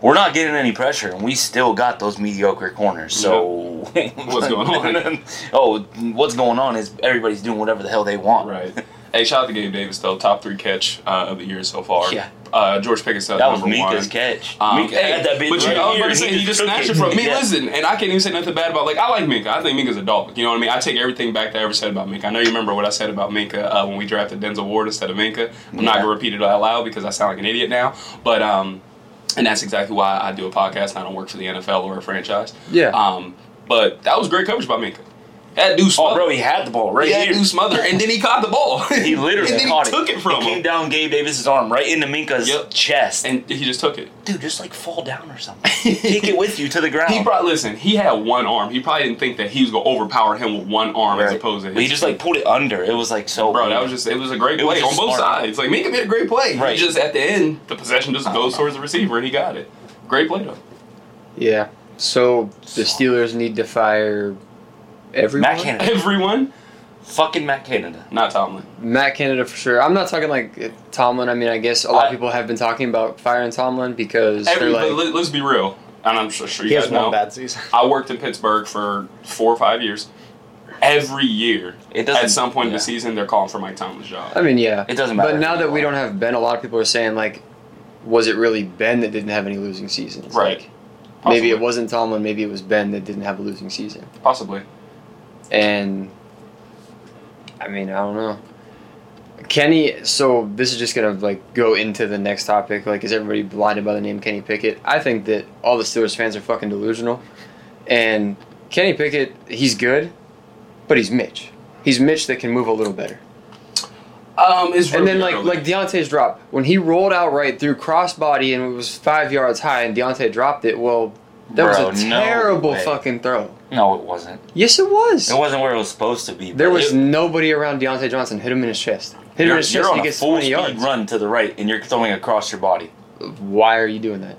Speaker 1: We're not getting any pressure, and we still got those mediocre corners. So
Speaker 3: What's going on?
Speaker 1: oh, what's going on is everybody's doing whatever the hell they want.
Speaker 3: Right. Hey, shout out to Gabe Davis though, top three catch uh, of the year so far.
Speaker 1: Yeah.
Speaker 3: Uh, George Pickens that
Speaker 1: That was
Speaker 3: number
Speaker 1: Mika's
Speaker 3: one.
Speaker 1: catch.
Speaker 3: Um,
Speaker 1: Mika
Speaker 3: hey,
Speaker 1: had that bitch
Speaker 3: but you,
Speaker 1: right
Speaker 3: I was about
Speaker 1: here,
Speaker 3: to
Speaker 1: and
Speaker 3: say, he just
Speaker 1: took
Speaker 3: snatched
Speaker 1: it.
Speaker 3: it from me.
Speaker 1: Yeah.
Speaker 3: Listen, and I can't even say nothing bad about like I like Minka. I think Minka's a dog. You know what I mean? I take everything back that I ever said about Minka. I know you remember what I said about Minka uh, when we drafted Denzel Ward instead of Minka. I'm not
Speaker 1: Yeah.
Speaker 3: gonna repeat it out loud because I sound like an idiot now. But um, and that's exactly why I do a podcast. and I don't work for the NFL or a franchise.
Speaker 2: yeah,
Speaker 3: Um, but that was great coverage by Minka. That dude
Speaker 1: Oh,
Speaker 3: smothered.
Speaker 1: bro, he had the ball right
Speaker 3: he had
Speaker 1: here.
Speaker 3: dude smothered, and then he caught the ball.
Speaker 1: He literally
Speaker 3: and then
Speaker 1: caught
Speaker 3: he took it, from
Speaker 1: came
Speaker 3: him,
Speaker 1: down Gabe Davis's arm, right into Minka's
Speaker 3: Yep.
Speaker 1: chest. And
Speaker 3: and he just took it.
Speaker 1: dude, just like fall down or something. Take it with you to the ground.
Speaker 3: He probably listen. He had one arm. He probably didn't think that he was gonna overpower him with one arm as
Speaker 1: Right.
Speaker 3: opposed to.
Speaker 1: But he
Speaker 3: his-
Speaker 1: just like pulled it under. It was like so.
Speaker 3: bro. That
Speaker 1: weird.
Speaker 3: was just. It was a great
Speaker 1: It was
Speaker 3: play on
Speaker 1: just
Speaker 3: both
Speaker 1: smart.
Speaker 3: sides. Like Minka made a great play.
Speaker 1: Right. Oh.
Speaker 3: He just at the end, the possession just
Speaker 1: I don't
Speaker 3: goes
Speaker 1: know.
Speaker 3: towards the receiver, and he got it. Great play though.
Speaker 2: yeah. So the Steelers need to fire everyone.
Speaker 1: Matt Canada,
Speaker 3: Everyone,
Speaker 1: fucking Matt Canada.
Speaker 3: not Tomlin.
Speaker 2: Matt Canada for sure. I'm not talking like Tomlin. I mean, I guess a lot
Speaker 1: I-
Speaker 2: of people have been talking about firing Tomlin because
Speaker 3: Every,
Speaker 2: they're
Speaker 3: but
Speaker 2: like,
Speaker 3: let, us be real, and I'm sure, sure you
Speaker 4: he has
Speaker 3: guys know.
Speaker 4: one bad season.
Speaker 3: I worked in Pittsburgh for four or five years. Every year,
Speaker 1: It doesn't.
Speaker 3: at some point in
Speaker 1: yeah.
Speaker 3: the season, they're calling for Mike Tomlin's job.
Speaker 2: I mean, yeah.
Speaker 1: It doesn't matter.
Speaker 2: But now that we don't have Ben, a lot of people are saying like, was it really Ben that didn't have any losing seasons?
Speaker 3: Right.
Speaker 2: Like, maybe
Speaker 3: Possibly.
Speaker 2: it wasn't Tomlin. Maybe it was Ben that didn't have a losing season.
Speaker 3: Possibly.
Speaker 2: and I mean, I don't know. Kenny, so this is just gonna like go into the next topic. Like, is everybody blinded by the name Kenny Pickett? I think that all the Steelers fans are fucking delusional. And Kenny Pickett, he's good, but he's Mitch. He's Mitch that can move a little better.
Speaker 3: Um, it's
Speaker 2: And
Speaker 3: really
Speaker 2: then like
Speaker 3: early.
Speaker 2: like Deontay's drop when he rolled out right through crossbody and it was five yards high and Deontay dropped it. Well, that
Speaker 1: Bro,
Speaker 2: was a
Speaker 1: no
Speaker 2: terrible
Speaker 1: way.
Speaker 2: fucking throw.
Speaker 1: No, it wasn't.
Speaker 2: Yes, it was.
Speaker 1: It wasn't where it was supposed to be.
Speaker 2: There
Speaker 1: bro.
Speaker 2: was
Speaker 1: It-
Speaker 2: nobody around Deontay Johnson. Hit him in his chest. Hit him in
Speaker 1: You're,
Speaker 2: his
Speaker 1: you're
Speaker 2: chest.
Speaker 1: on
Speaker 2: he
Speaker 1: a
Speaker 2: gets
Speaker 1: full
Speaker 2: 20
Speaker 1: speed
Speaker 2: yards.
Speaker 1: run to the right, and you're throwing across your body.
Speaker 2: Why are you doing that?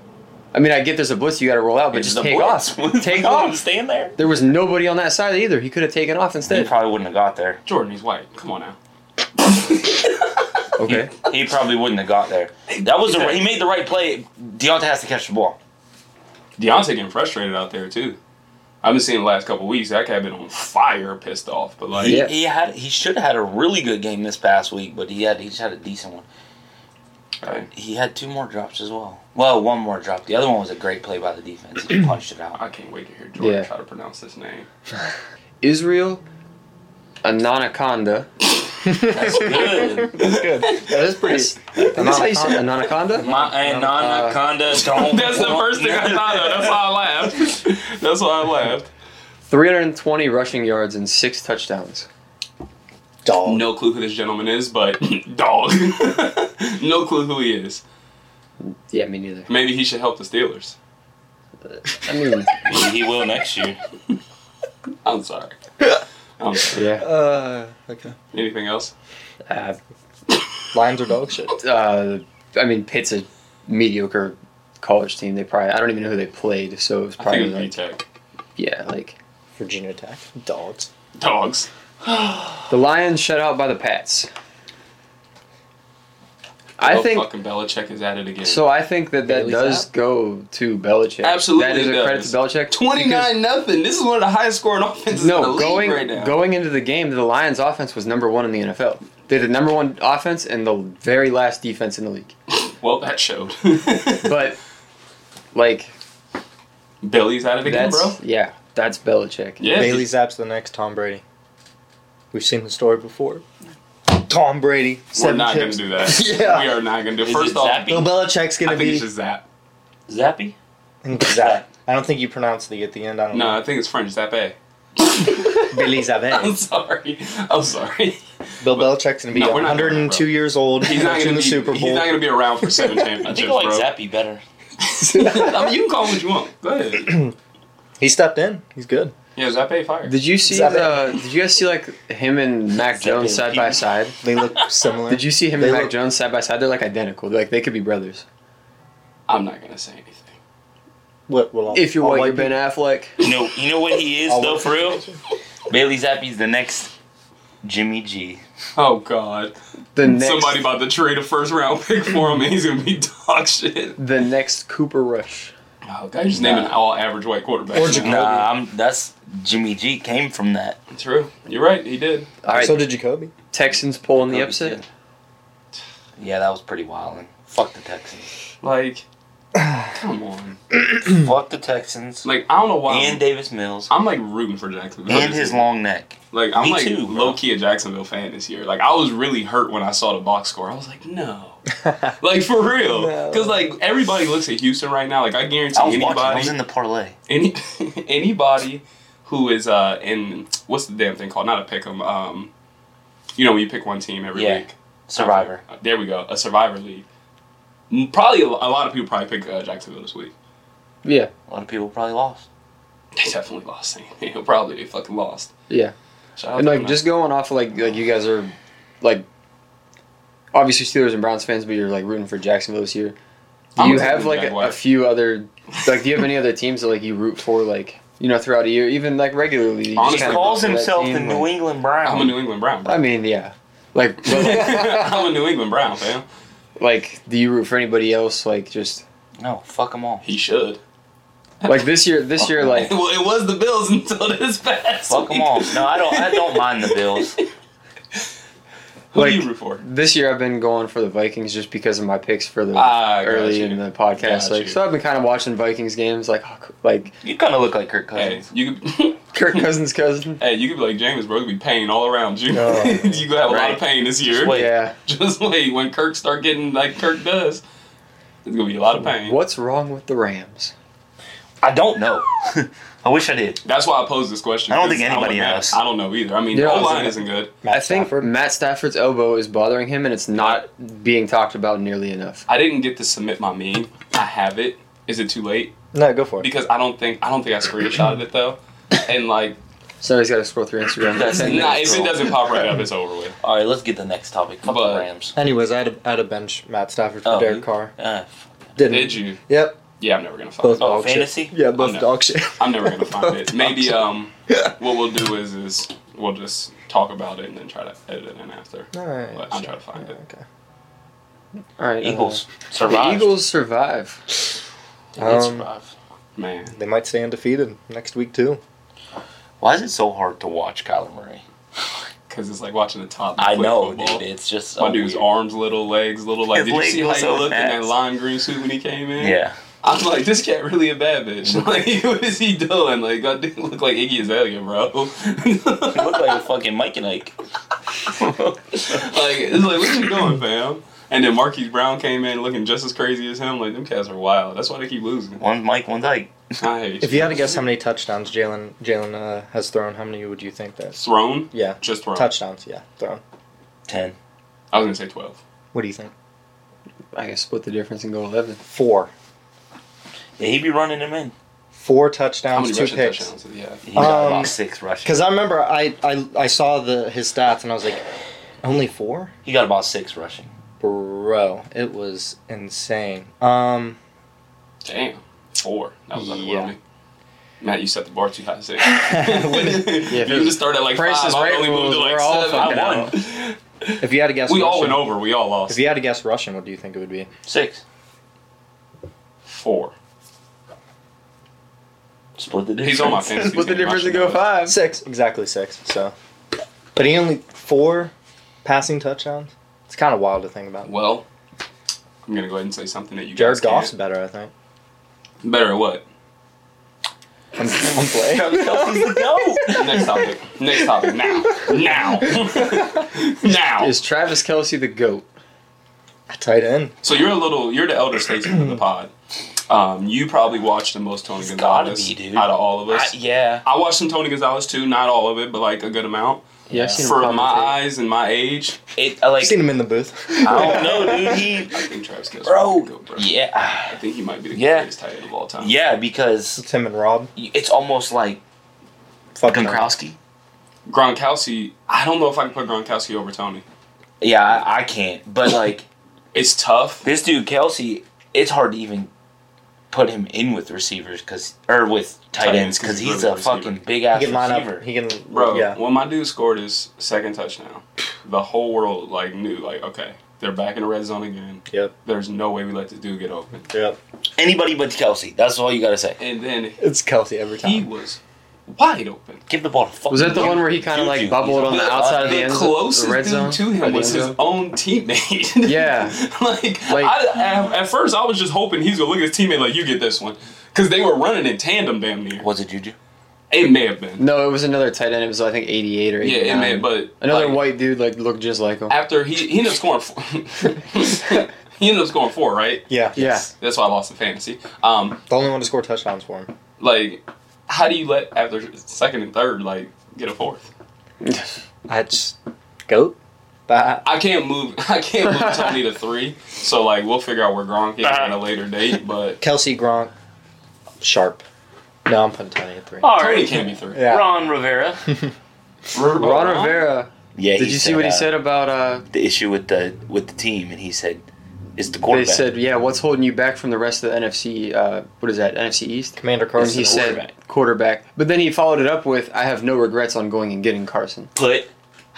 Speaker 2: I mean, I get there's a blitz you got to roll out, but
Speaker 1: It's
Speaker 2: just
Speaker 1: the
Speaker 2: take
Speaker 1: blitz.
Speaker 2: off. take
Speaker 1: No,
Speaker 2: off.
Speaker 1: Stand there.
Speaker 2: There was nobody on that side either. He could have taken off
Speaker 1: He
Speaker 2: instead.
Speaker 1: probably wouldn't have got there.
Speaker 3: Jordan, he's white. Come on now.
Speaker 2: Okay.
Speaker 1: He probably wouldn't have got there. That was the right, he made the right play. Deontay has to catch the ball.
Speaker 3: Deontay getting frustrated out there too. I've been seeing the last couple weeks. That guy been on fire, pissed off. But like,
Speaker 1: He,
Speaker 2: Yeah.
Speaker 1: he had he should have had a really good game this past week, but he had he just had a decent one.
Speaker 3: I,
Speaker 1: He had two more drops as well. Well, one more drop. The other one was a great play by the defense. He punched it out.
Speaker 3: I can't wait to hear Jordan
Speaker 2: Yeah.
Speaker 3: try to pronounce his name.
Speaker 2: Israel Ananaconda.
Speaker 1: That's good.
Speaker 4: That's good.
Speaker 2: That is pretty.
Speaker 4: That's how you say it.
Speaker 2: Ananaconda. Ananaconda?
Speaker 1: My anaconda don't.
Speaker 3: That's the first thing I thought of. That's why I laughed. That's why I laughed.
Speaker 2: 320 rushing yards and six touchdowns.
Speaker 4: Dog.
Speaker 3: No clue who this gentleman is, but dog. no clue who he is.
Speaker 2: Yeah, me neither.
Speaker 3: Maybe he should help the Steelers.
Speaker 2: I mean,
Speaker 1: He will next year.
Speaker 3: I'm sorry. I'm sorry.
Speaker 2: yeah.
Speaker 4: Uh, okay.
Speaker 3: Anything else?
Speaker 2: Uh,
Speaker 4: Lions are dog shit.
Speaker 2: uh, I mean, Pitt's a mediocre college team. They probably I don't even know who they played, so it was
Speaker 3: I think
Speaker 2: probably
Speaker 3: it would be
Speaker 2: like
Speaker 3: Tech.
Speaker 2: yeah, like
Speaker 4: Virginia Tech. Dogs.
Speaker 3: Dogs.
Speaker 2: the Lions shut out by the Pats. I
Speaker 3: Oh,
Speaker 2: think
Speaker 3: fucking Belichick is at it again.
Speaker 2: so. I think that that
Speaker 4: Bailey's
Speaker 2: does
Speaker 4: out?
Speaker 2: go to Belichick.
Speaker 3: Absolutely
Speaker 2: that is
Speaker 3: it
Speaker 2: a credit
Speaker 3: does.
Speaker 2: to Belichick.
Speaker 3: Twenty
Speaker 2: because-
Speaker 3: nine nothing. This is one of the highest scoring offenses in the
Speaker 2: No,
Speaker 3: league
Speaker 2: going
Speaker 3: right now.
Speaker 2: going into the game, the Lions' offense was number one in the NFL. They're the number one offense and the very last defense in the league.
Speaker 3: Well, that showed.
Speaker 2: But like
Speaker 3: Billy's at it again,
Speaker 2: That's,
Speaker 3: bro.
Speaker 2: Yeah, that's Belichick.
Speaker 3: Yeah.
Speaker 4: Bailey Zapp's the next Tom Brady. We've seen the story before. Tom Brady.
Speaker 3: We're
Speaker 4: seven
Speaker 3: not
Speaker 4: chips.
Speaker 3: gonna do that.
Speaker 4: Yeah.
Speaker 3: We are not gonna do.
Speaker 1: Is
Speaker 3: First
Speaker 1: it
Speaker 3: off,
Speaker 1: Zappy?
Speaker 4: Bill Belichick's
Speaker 3: I
Speaker 4: gonna
Speaker 3: think
Speaker 4: be.
Speaker 3: it's just Zap.
Speaker 1: Zappy?
Speaker 4: I think it's Zap. I don't think you pronounce the at the end. I don't
Speaker 3: No, I think it's French. Zappe.
Speaker 4: know. Bailey
Speaker 3: I'm
Speaker 4: Zappe.
Speaker 3: sorry. I'm sorry.
Speaker 4: Bill Belichick's gonna be
Speaker 3: No, we're not doing that,
Speaker 4: 102
Speaker 3: bro.
Speaker 4: years old.
Speaker 3: He's not
Speaker 4: coaching
Speaker 3: gonna
Speaker 4: the
Speaker 3: be.
Speaker 4: Super
Speaker 3: He's
Speaker 4: Bowl.
Speaker 3: not gonna be around for seven
Speaker 1: I
Speaker 3: championships,
Speaker 1: think I like
Speaker 3: bro.
Speaker 1: Zappy better.
Speaker 3: I mean, you can call him what you want. Go ahead.
Speaker 4: he stepped in. He's good.
Speaker 3: Yeah, Zappe fire.
Speaker 2: Did you see
Speaker 4: Zappe.
Speaker 2: the? Did you guys see like him and Mac
Speaker 1: Zappe
Speaker 2: Jones
Speaker 1: and
Speaker 2: side
Speaker 1: Pete.
Speaker 2: by side?
Speaker 4: They look similar.
Speaker 2: Did you see him
Speaker 4: They
Speaker 2: and Mac
Speaker 4: look-
Speaker 2: Jones side by side? They're like identical. They're, like they could be brothers.
Speaker 3: I'm not gonna say anything.
Speaker 4: What? Well,
Speaker 2: If you're
Speaker 4: all
Speaker 2: white, you're
Speaker 4: people-
Speaker 2: Ben Affleck.
Speaker 1: You know, you know what he is
Speaker 4: all
Speaker 1: though,
Speaker 4: white
Speaker 1: for real.
Speaker 4: people-
Speaker 1: Bailey Zappy's the next Jimmy G.
Speaker 3: Oh God!
Speaker 2: The next,
Speaker 3: Somebody about to trade a first round pick for him, and he's gonna be dog shit.
Speaker 2: the next Cooper Rush.
Speaker 3: Oh God! You're just naming all average white
Speaker 4: Or
Speaker 3: quarterbacks.
Speaker 4: Jacoby.
Speaker 3: now.
Speaker 1: Nah, I'm, that's Jimmy G came from that.
Speaker 3: True. You're right. He did.
Speaker 2: All right,
Speaker 4: So did Jacoby.
Speaker 2: Texans pulling the
Speaker 3: Oh,
Speaker 1: Kobe
Speaker 2: upset.
Speaker 1: said. Yeah, that was pretty wild. Fuck the Texans.
Speaker 3: Like, come on.
Speaker 1: Fuck the Texans.
Speaker 3: Like I don't know why.
Speaker 1: And Davis Mills.
Speaker 3: I'm like rooting for Jacksonville.
Speaker 1: And his long neck.
Speaker 3: Like I'm
Speaker 1: Me
Speaker 3: like
Speaker 1: too, bro.
Speaker 3: low key a Jacksonville fan this year. Like I was really hurt when I saw the box score. I was like, no, like for real,
Speaker 4: No.
Speaker 3: because like everybody looks at Houston right now. Like I guarantee
Speaker 1: I was
Speaker 3: anybody,
Speaker 1: watching. I was in the parlay.
Speaker 3: any anybody who is uh in what's the damn thing called? Not a pick 'em. Um, you know when you pick one team every
Speaker 1: Yeah.
Speaker 3: week.
Speaker 1: Survivor.
Speaker 3: There we go. A Survivor league. Mm, Probably a, a lot of people probably pick uh, Jacksonville this week.
Speaker 2: Yeah,
Speaker 1: A lot of people probably lost.
Speaker 3: They definitely lost. They probably they fucking lost.
Speaker 2: yeah.
Speaker 3: Shout out
Speaker 2: And
Speaker 3: to
Speaker 2: like
Speaker 3: them.
Speaker 2: just going off of like like you guys are, like, obviously Steelers and Browns fans, but you're like rooting for Jacksonville this year. Do
Speaker 3: I'm
Speaker 2: you
Speaker 3: gonna take
Speaker 2: have
Speaker 3: the
Speaker 2: like a, a
Speaker 3: Jaguars.
Speaker 2: few other like? Do you have any other teams that like you root for like you know throughout a year, even like regularly? You just
Speaker 1: He
Speaker 3: Honestly,
Speaker 2: kinda root
Speaker 1: calls
Speaker 2: for that
Speaker 1: himself
Speaker 2: team,
Speaker 1: the
Speaker 2: like-
Speaker 1: New England Brown.
Speaker 3: I'm a New England Brown.
Speaker 2: I
Speaker 3: Bro.
Speaker 2: mean, yeah, like but, like,
Speaker 3: I'm a New England Brown fam.
Speaker 2: like do you root for anybody else? Like just
Speaker 1: no, fuck them all.
Speaker 3: He should.
Speaker 2: like this year, this year like
Speaker 3: well, it was the Bills until this past.
Speaker 1: Fuck
Speaker 3: week.
Speaker 1: them all. No, I don't. I don't mind the Bills.
Speaker 3: Who
Speaker 2: Like-
Speaker 3: do you root for?
Speaker 2: this year I've been going for the Vikings just because of my picks for the
Speaker 3: Ah,
Speaker 2: early
Speaker 3: gotcha.
Speaker 2: in the podcast.
Speaker 3: Got
Speaker 2: like
Speaker 3: you.
Speaker 2: so, I've been kind of watching Vikings games. Like oh, c- like
Speaker 1: You kind of look like Kirk
Speaker 3: Hey,
Speaker 1: Cousins.
Speaker 3: you could.
Speaker 2: Kirk Cousins' cousin.
Speaker 3: hey, you could be like James, bro. It could be pain all around you.
Speaker 4: Oh, man.
Speaker 3: you gonna have a lot
Speaker 1: Right.
Speaker 3: of pain this year.
Speaker 1: Just wait.
Speaker 2: Yeah,
Speaker 3: Just wait when Kirk start getting like Kirk does. It's gonna be a lot of pain.
Speaker 2: what's wrong with the Rams?
Speaker 1: I don't know. I wish I did.
Speaker 3: That's why I posed this question.
Speaker 1: I don't think
Speaker 3: 'cause
Speaker 1: anybody
Speaker 3: like, man,
Speaker 1: knows.
Speaker 3: I don't know either. I mean,
Speaker 2: Yeah,
Speaker 3: the
Speaker 2: I
Speaker 3: O
Speaker 2: was
Speaker 3: line
Speaker 2: like-
Speaker 3: isn't good.
Speaker 4: Matt
Speaker 2: I think
Speaker 4: Stafford.
Speaker 2: Matt Stafford's elbow is bothering him, and it's not being talked about nearly enough.
Speaker 3: I didn't get to submit my meme. I have it. Is it too late?
Speaker 4: No, go for it.
Speaker 3: Because I don't think I don't think I screenshotted it though. And like,
Speaker 2: Somebody's got to scroll through Instagram.
Speaker 1: That's
Speaker 2: Ten
Speaker 3: nah,
Speaker 2: minutes.
Speaker 3: if it doesn't pop right up, it's over with.
Speaker 1: All right, let's get the next topic. Fuck
Speaker 3: But-
Speaker 1: the Rams.
Speaker 4: Anyways, I had a, I had a bench Matt Stafford for
Speaker 1: Oh,
Speaker 4: Derek
Speaker 1: you-
Speaker 4: Carr.
Speaker 1: Uh,
Speaker 4: Didn't.
Speaker 3: Did you?
Speaker 4: Yep.
Speaker 3: Yeah, I'm never gonna find
Speaker 4: Both
Speaker 3: it.
Speaker 1: oh,
Speaker 4: dog shit.
Speaker 1: fantasy?
Speaker 4: Yeah, both
Speaker 3: no.
Speaker 4: dog shit.
Speaker 3: I'm never gonna find it.
Speaker 4: Both
Speaker 3: Maybe
Speaker 4: dog
Speaker 3: um, what we'll do is is we'll just talk about it and then try to edit it in after.
Speaker 4: shit. All right.
Speaker 3: But I'll try to find it.
Speaker 4: Okay.
Speaker 2: All right, uh,
Speaker 1: Eagles
Speaker 2: The
Speaker 1: survive.
Speaker 2: Eagles survive.
Speaker 1: They did
Speaker 4: Um,
Speaker 1: survive.
Speaker 3: Man,
Speaker 4: They might stay undefeated next week too.
Speaker 1: Why is it so hard to watch Kyler Murray?
Speaker 3: because it's like watching the top.
Speaker 1: I
Speaker 3: play
Speaker 1: know,
Speaker 3: football.
Speaker 1: dude. It's just so
Speaker 3: My dude's
Speaker 1: weird.
Speaker 3: arms little, legs little. Like,
Speaker 1: His
Speaker 3: did you
Speaker 1: legs
Speaker 3: see
Speaker 1: go
Speaker 3: how he
Speaker 1: so
Speaker 3: looked in that
Speaker 1: fast.
Speaker 3: lime green suit when he came in?
Speaker 1: Yeah.
Speaker 3: I'm like, this cat really a bad bitch. Like, what is he doing? Like, I dude look like Iggy Azalea, bro.
Speaker 1: He looked like a fucking Mike and Ike.
Speaker 3: like, it's like, what you doing, fam? And then Marquise Brown came in looking just as crazy as him. Like, them cats are wild. That's why they keep losing.
Speaker 1: One's Mike, one's Ike.
Speaker 3: I hate
Speaker 4: If you had to guess how many touchdowns Jalen Jalen uh, has thrown, how many would you think that's?
Speaker 3: thrown,
Speaker 4: Yeah,
Speaker 3: just thrown.
Speaker 4: touchdowns. Yeah, thrown.
Speaker 1: Ten.
Speaker 3: I was gonna say twelve.
Speaker 4: What do you think?
Speaker 2: I can split the difference and go eleven.
Speaker 4: Four.
Speaker 1: Yeah, he be running him in.
Speaker 4: Four
Speaker 3: How
Speaker 4: touchdowns,
Speaker 3: many
Speaker 4: two
Speaker 3: rushing
Speaker 4: picks.
Speaker 3: touchdowns? Yeah.
Speaker 1: He got
Speaker 4: Um,
Speaker 1: about six rushing.
Speaker 4: Because I remember I, I I saw the his stats and I was like, only four,
Speaker 1: He got about six rushing.
Speaker 4: bro. It was insane. Um,
Speaker 3: Damn, four. That was
Speaker 4: Yeah.
Speaker 3: underwhelming. Matt, you set the bar too high. Six.
Speaker 4: if
Speaker 3: you
Speaker 2: it-
Speaker 3: just started at like
Speaker 2: Price
Speaker 3: five.
Speaker 2: is
Speaker 3: I
Speaker 2: Right
Speaker 3: only moved
Speaker 2: rules,
Speaker 3: to like
Speaker 2: we're all
Speaker 3: seven.
Speaker 2: fucking
Speaker 3: I
Speaker 2: out.
Speaker 3: won.
Speaker 4: if you had to guess,
Speaker 3: We
Speaker 4: Russian,
Speaker 3: all went over. We all lost.
Speaker 4: If you had to guess Russian, what do you think it would be?
Speaker 1: Six.
Speaker 3: Four.
Speaker 1: Split the difference.
Speaker 3: He's on my fantasy
Speaker 2: Split the
Speaker 3: team. I
Speaker 2: difference and
Speaker 3: should
Speaker 2: go
Speaker 3: know that.
Speaker 2: five.
Speaker 4: Six, exactly six. So, but he only four passing touchdowns. It's kind of wild to think about.
Speaker 3: Well, I'm gonna go ahead and say something that you
Speaker 4: Jared
Speaker 3: guys can't.
Speaker 4: Goff's better, I think.
Speaker 3: better at what?
Speaker 4: one, one play.
Speaker 1: Travis Kelsey's the goat.
Speaker 3: Next topic. Next topic. Now. Now. now.
Speaker 2: Is Travis Kelsey the goat?
Speaker 4: Tight end.
Speaker 3: So you're a little, you're the elder statesman of the pod. Um, you probably watched the most Tony
Speaker 1: gotta
Speaker 3: Gonzalez
Speaker 1: be, dude.
Speaker 3: out of all of
Speaker 1: I-
Speaker 3: us.
Speaker 1: yeah.
Speaker 3: I, watched some Tony Gonzalez too, not all of it, but like a good amount.
Speaker 2: Yeah,
Speaker 4: Yeah.
Speaker 2: I've seen him
Speaker 3: For my
Speaker 2: commentate.
Speaker 3: eyes and my age,
Speaker 1: It I like
Speaker 4: I've seen him in the booth.
Speaker 1: I don't know, dude. He
Speaker 3: I think Travis Kelsey
Speaker 1: Bro.
Speaker 3: would go, bro. I
Speaker 1: yeah,
Speaker 3: think he might be the
Speaker 1: Yeah.
Speaker 3: greatest tight end of all time.
Speaker 1: yeah, because
Speaker 4: It's him and Rob.
Speaker 1: it's almost like
Speaker 4: Fucking
Speaker 1: Gronkowski.
Speaker 3: Gronkowski, I don't know if I can put Gronkowski over Tony.
Speaker 1: Yeah, I, I can't. But like
Speaker 3: It's tough.
Speaker 1: this dude Kelsey, it's hard to even put him in with receivers because or with tight
Speaker 3: Tight
Speaker 1: ends
Speaker 3: ends,
Speaker 1: because
Speaker 3: 'cause he's
Speaker 1: he's
Speaker 3: really
Speaker 1: a
Speaker 3: a receiver.
Speaker 1: fucking big
Speaker 4: He
Speaker 1: ass
Speaker 4: can line
Speaker 1: receiver.
Speaker 4: up. He can.
Speaker 3: Bro,
Speaker 4: Yeah.
Speaker 3: when my dude scored his second touchdown, the whole world like knew, like, okay, they're back in the red zone again.
Speaker 4: Yep.
Speaker 3: There's no way we let this dude get open.
Speaker 4: Yep.
Speaker 1: Anybody but Kelsey. That's all you gotta say.
Speaker 3: And then
Speaker 4: It's Kelsey every time.
Speaker 3: he was wide open.
Speaker 1: Give the ball. To
Speaker 2: Was that the one where he kind of like bubbled on the outside of the
Speaker 3: the
Speaker 2: end,
Speaker 3: closest
Speaker 2: the red
Speaker 3: dude
Speaker 2: zone
Speaker 3: to
Speaker 2: Or
Speaker 3: him
Speaker 2: the
Speaker 3: was
Speaker 2: end
Speaker 3: his
Speaker 2: zone?
Speaker 3: own teammate.
Speaker 2: Yeah.
Speaker 3: like,
Speaker 2: Like-
Speaker 3: I, at, at first, I was just hoping he's gonna look at his teammate like, "You get this one," because they were running in tandem damn near.
Speaker 1: Was it Juju?
Speaker 3: It may have been.
Speaker 2: No, it was another tight end. It was I think eighty-eight or
Speaker 3: Yeah,
Speaker 2: eighty-nine.
Speaker 3: it may. But
Speaker 2: another
Speaker 3: like,
Speaker 2: white dude like looked just like him.
Speaker 3: after he he ended up scoring, four. he ended up scoring four, right?
Speaker 4: yeah.
Speaker 2: Yeah.
Speaker 3: That's why I lost in fantasy. Um,
Speaker 4: The only one to score touchdowns for him.
Speaker 3: like, how do you let after second and third like get a fourth?
Speaker 4: I just goat. But uh,
Speaker 3: I can't move. I can't move Tony to three. So like, we'll figure out where Gronk is
Speaker 1: Uh-huh.
Speaker 3: at a later date. But
Speaker 4: Kelsey Gronk, Sharp. No, I'm putting Tony at three.
Speaker 1: All
Speaker 3: Tony can't be three.
Speaker 4: Yeah.
Speaker 1: Ron Rivera.
Speaker 2: Ron Rivera.
Speaker 1: Yeah.
Speaker 2: Did you see what he said about? uh
Speaker 1: The issue with the with the team, and he said, "It's the
Speaker 2: They
Speaker 1: quarterback."
Speaker 2: said, yeah, what's holding you back from the rest of the NFC? Uh, what is that? NFC East.
Speaker 4: Commander
Speaker 2: And
Speaker 4: Carson.
Speaker 2: he said
Speaker 1: quarterback.
Speaker 2: quarterback, but then he followed it up with, "I have no regrets on going and getting Carson."
Speaker 1: "Put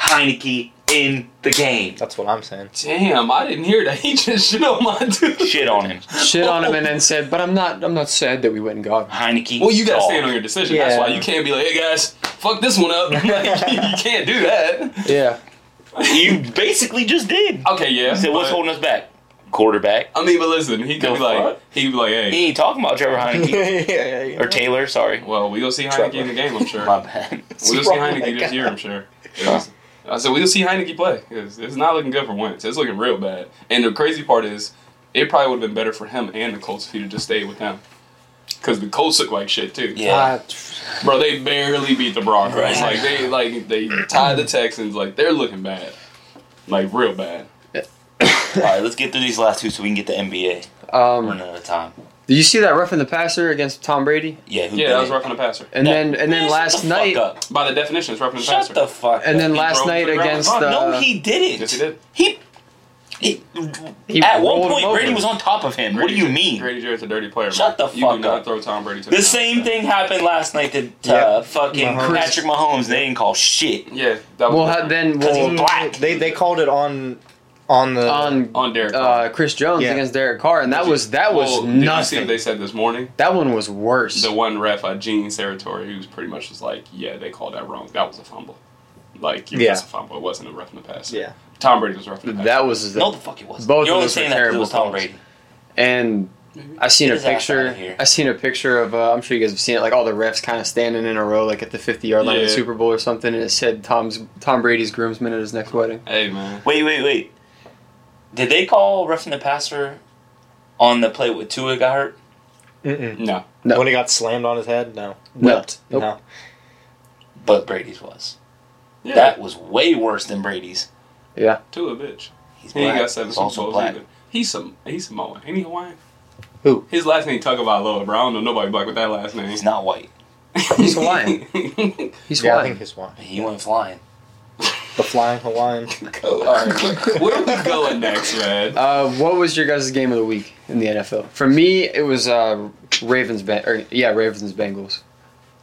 Speaker 1: Heineke in the game."
Speaker 4: That's what I'm saying.
Speaker 3: Damn, I didn't hear that. He just shit on my dude.
Speaker 1: Shit on him,
Speaker 2: Shit on him, and then said, "But I'm not. I'm not sad that we went and got him."
Speaker 1: Heineke.
Speaker 3: Well, you gotta
Speaker 1: dog.
Speaker 3: stand on your decision. That's
Speaker 4: Yeah.
Speaker 3: why you can't be like, hey guys, fuck this one up. Like, you can't do that.
Speaker 2: Yeah,
Speaker 1: You basically just did.
Speaker 3: Okay, yeah.
Speaker 1: He said, "What's
Speaker 3: but-
Speaker 1: holding us back?" Quarterback.
Speaker 3: I mean, but listen, he could
Speaker 1: The
Speaker 3: be like,
Speaker 1: fuck?
Speaker 3: he'd be like, hey,
Speaker 1: He ain't talking about Trevor Heineke or Taylor. Sorry,
Speaker 3: well, we gonna see Heineke
Speaker 4: Trevor.
Speaker 3: in the game, I'm sure.
Speaker 1: my bad.
Speaker 3: We'll see
Speaker 4: wrong with
Speaker 3: Heineke
Speaker 4: that
Speaker 3: this
Speaker 4: guy?
Speaker 3: year, I'm sure. It's- I said, we'll see Heineke play. It's, it's not looking good for Wentz. It's looking real bad. And the crazy part is, it probably would have been better for him and the Colts if he'd have just stayed with him. Because the Colts look like shit, too.
Speaker 1: Yeah.
Speaker 3: Bro, they barely beat the Broncos.
Speaker 1: Right.
Speaker 3: Like they like they tied the Texans. Like they're looking bad, like real bad.
Speaker 1: All right, let's get through these last two so we can get the NBA one
Speaker 2: Um,
Speaker 1: at a time.
Speaker 2: did you see that roughing the passer against Tom Brady?
Speaker 1: Yeah. Who
Speaker 3: Yeah,
Speaker 1: did
Speaker 3: that was
Speaker 1: it?
Speaker 3: roughing the passer.
Speaker 2: And
Speaker 1: Yeah.
Speaker 2: then and then
Speaker 1: Man,
Speaker 2: last
Speaker 1: shut the
Speaker 2: night,
Speaker 1: Fuck up.
Speaker 3: By the definition, it's roughing the
Speaker 1: Shut
Speaker 3: passer.
Speaker 1: the fuck.
Speaker 2: and then
Speaker 3: He
Speaker 2: last
Speaker 3: broke
Speaker 2: night
Speaker 3: the ground.
Speaker 2: against uh,
Speaker 3: Fuck,
Speaker 2: the
Speaker 1: no, he didn't.
Speaker 3: Yes, he did.
Speaker 1: He, he-
Speaker 2: He
Speaker 1: at one
Speaker 2: rolled
Speaker 1: point
Speaker 2: him over.
Speaker 1: Brady was on top of him. What do
Speaker 3: Brady
Speaker 1: you
Speaker 3: Jarrett-
Speaker 1: mean?
Speaker 3: Brady Jarrett's a dirty player.
Speaker 1: Shut
Speaker 3: man.
Speaker 1: the
Speaker 3: You
Speaker 1: fuck
Speaker 3: do not
Speaker 1: up.
Speaker 3: throw Tom Brady to
Speaker 1: The
Speaker 3: ground.
Speaker 1: same thing happened last night to, to
Speaker 4: Yep.
Speaker 1: uh, fucking
Speaker 4: Mahomes.
Speaker 1: Patrick Mahomes. They didn't call shit.
Speaker 3: Yeah, that was
Speaker 2: well, ha- then
Speaker 1: Because he
Speaker 2: well,
Speaker 1: was black.
Speaker 4: They they called it on on the
Speaker 2: on
Speaker 3: on Derek. Carr.
Speaker 2: uh, Chris Jones
Speaker 4: Yeah.
Speaker 2: against Derek Carr, and that was that was
Speaker 3: Well, Did you see
Speaker 2: nothing.
Speaker 3: what they said this morning?
Speaker 2: that one was worse.
Speaker 3: The one ref, uh, Gene Serratore, who's pretty much just like, yeah, they called that wrong. That was a fumble. Like, it was
Speaker 4: Yeah.
Speaker 3: just a fumble. It wasn't a roughing the passer.
Speaker 4: yeah.
Speaker 3: Tom Brady was roughing the passer.
Speaker 2: that was
Speaker 1: No, the fuck it wasn't.
Speaker 2: Both of
Speaker 1: You're only
Speaker 2: those were
Speaker 1: saying that because it
Speaker 2: terrible
Speaker 1: was Tom
Speaker 2: calls.
Speaker 1: Brady.
Speaker 2: and I seen
Speaker 1: Get
Speaker 2: a
Speaker 1: his ass out
Speaker 2: picture.
Speaker 1: of here.
Speaker 2: I seen a picture of uh, I'm sure you guys have seen it, like all the refs kind of standing in a row, like at the 50 yard line of the
Speaker 3: Yeah.
Speaker 2: Super Bowl or something, and it said Tom's Tom Brady's groomsman at his next wedding.
Speaker 3: Hey man,
Speaker 1: Wait, wait, wait. Did they call roughing the passer on the play with Tua got hurt?
Speaker 4: Mm-mm.
Speaker 3: no.
Speaker 2: No.
Speaker 4: When he got slammed on his head, no.
Speaker 2: No.
Speaker 4: Whipped.
Speaker 2: Nope.
Speaker 4: No.
Speaker 1: But Brady's was.
Speaker 3: Yeah,
Speaker 1: That was way worse than Brady's.
Speaker 3: to a bitch.
Speaker 1: He's
Speaker 3: He ain't
Speaker 1: black.
Speaker 3: got seven
Speaker 1: He's
Speaker 3: Super
Speaker 1: also
Speaker 3: Bowls
Speaker 1: black.
Speaker 3: either. He's some he's Samoan. Ain't he Hawaiian?
Speaker 4: Who?
Speaker 3: His last name Tagovailoa, bro. I don't know nobody black with that last name.
Speaker 1: He's not white.
Speaker 2: He's Hawaiian. He's
Speaker 4: Yeah, I
Speaker 2: white.
Speaker 4: think he's one.
Speaker 1: He went flying.
Speaker 4: The flying Hawaiian.
Speaker 3: All right, where are we going next, man?
Speaker 2: Uh, what was your guys' game of the week in the NFL? For me, it was uh, Ravens. Ben- or, yeah, Ravens Bengals.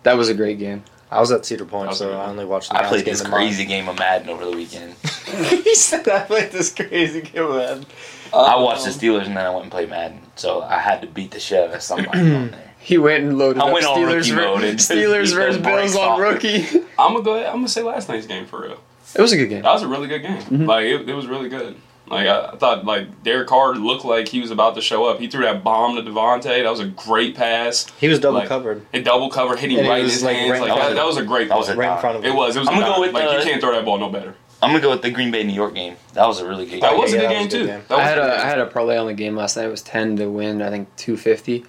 Speaker 2: That was a great game.
Speaker 4: I was at Cedar Point,
Speaker 3: was
Speaker 4: so
Speaker 3: good.
Speaker 4: I only watched the
Speaker 1: I
Speaker 4: Browns
Speaker 1: played
Speaker 4: game
Speaker 1: this
Speaker 4: in mine.
Speaker 1: crazy game of Madden over the weekend.
Speaker 4: he said I played this crazy game man.
Speaker 1: I watched the
Speaker 3: Um,
Speaker 1: Steelers and then I went and played Madden, so I had to beat the shit out of somebody on there.
Speaker 2: He went and loaded
Speaker 1: I
Speaker 2: up
Speaker 1: went on
Speaker 2: Steelers,
Speaker 1: rookie
Speaker 2: ver-
Speaker 1: mode and just
Speaker 2: Steelers
Speaker 1: beat
Speaker 2: versus
Speaker 1: the brakes
Speaker 2: Bills on
Speaker 1: off it.
Speaker 2: rookie.
Speaker 3: I'm gonna go. Ahead, I'm gonna say last night's game for real. Oh,
Speaker 2: It was a good game.
Speaker 3: That was a really good game. Like it, it was really good. Like I, I thought, like Derek Carr looked like he was about to show up. He threw that bomb to Devontae. That was a great pass.
Speaker 4: He was double
Speaker 3: Like,
Speaker 4: covered.
Speaker 3: It double covered, hitting
Speaker 4: And it
Speaker 3: right in
Speaker 4: was,
Speaker 3: his
Speaker 4: like,
Speaker 3: hands.
Speaker 4: right
Speaker 3: like
Speaker 1: in front
Speaker 3: that,
Speaker 1: of
Speaker 3: that
Speaker 1: him.
Speaker 3: was a great.
Speaker 1: That was
Speaker 3: play.
Speaker 1: a
Speaker 4: Right in
Speaker 1: dime.
Speaker 4: front of him.
Speaker 3: It was. It was.
Speaker 1: I'm gonna
Speaker 3: a
Speaker 1: go
Speaker 3: dime.
Speaker 1: with,
Speaker 3: like
Speaker 1: uh,
Speaker 3: you can't throw that ball no better.
Speaker 1: I'm gonna go with the Green Bay New York game. That was a really good.
Speaker 3: That
Speaker 1: game.
Speaker 3: was a
Speaker 4: yeah,
Speaker 3: good
Speaker 4: that
Speaker 3: game
Speaker 4: was a
Speaker 3: too.
Speaker 4: good game.
Speaker 3: That was
Speaker 2: I had
Speaker 3: a good
Speaker 2: a I
Speaker 3: game.
Speaker 2: had a parlay on the game last night. It was ten to win. I think two fifty,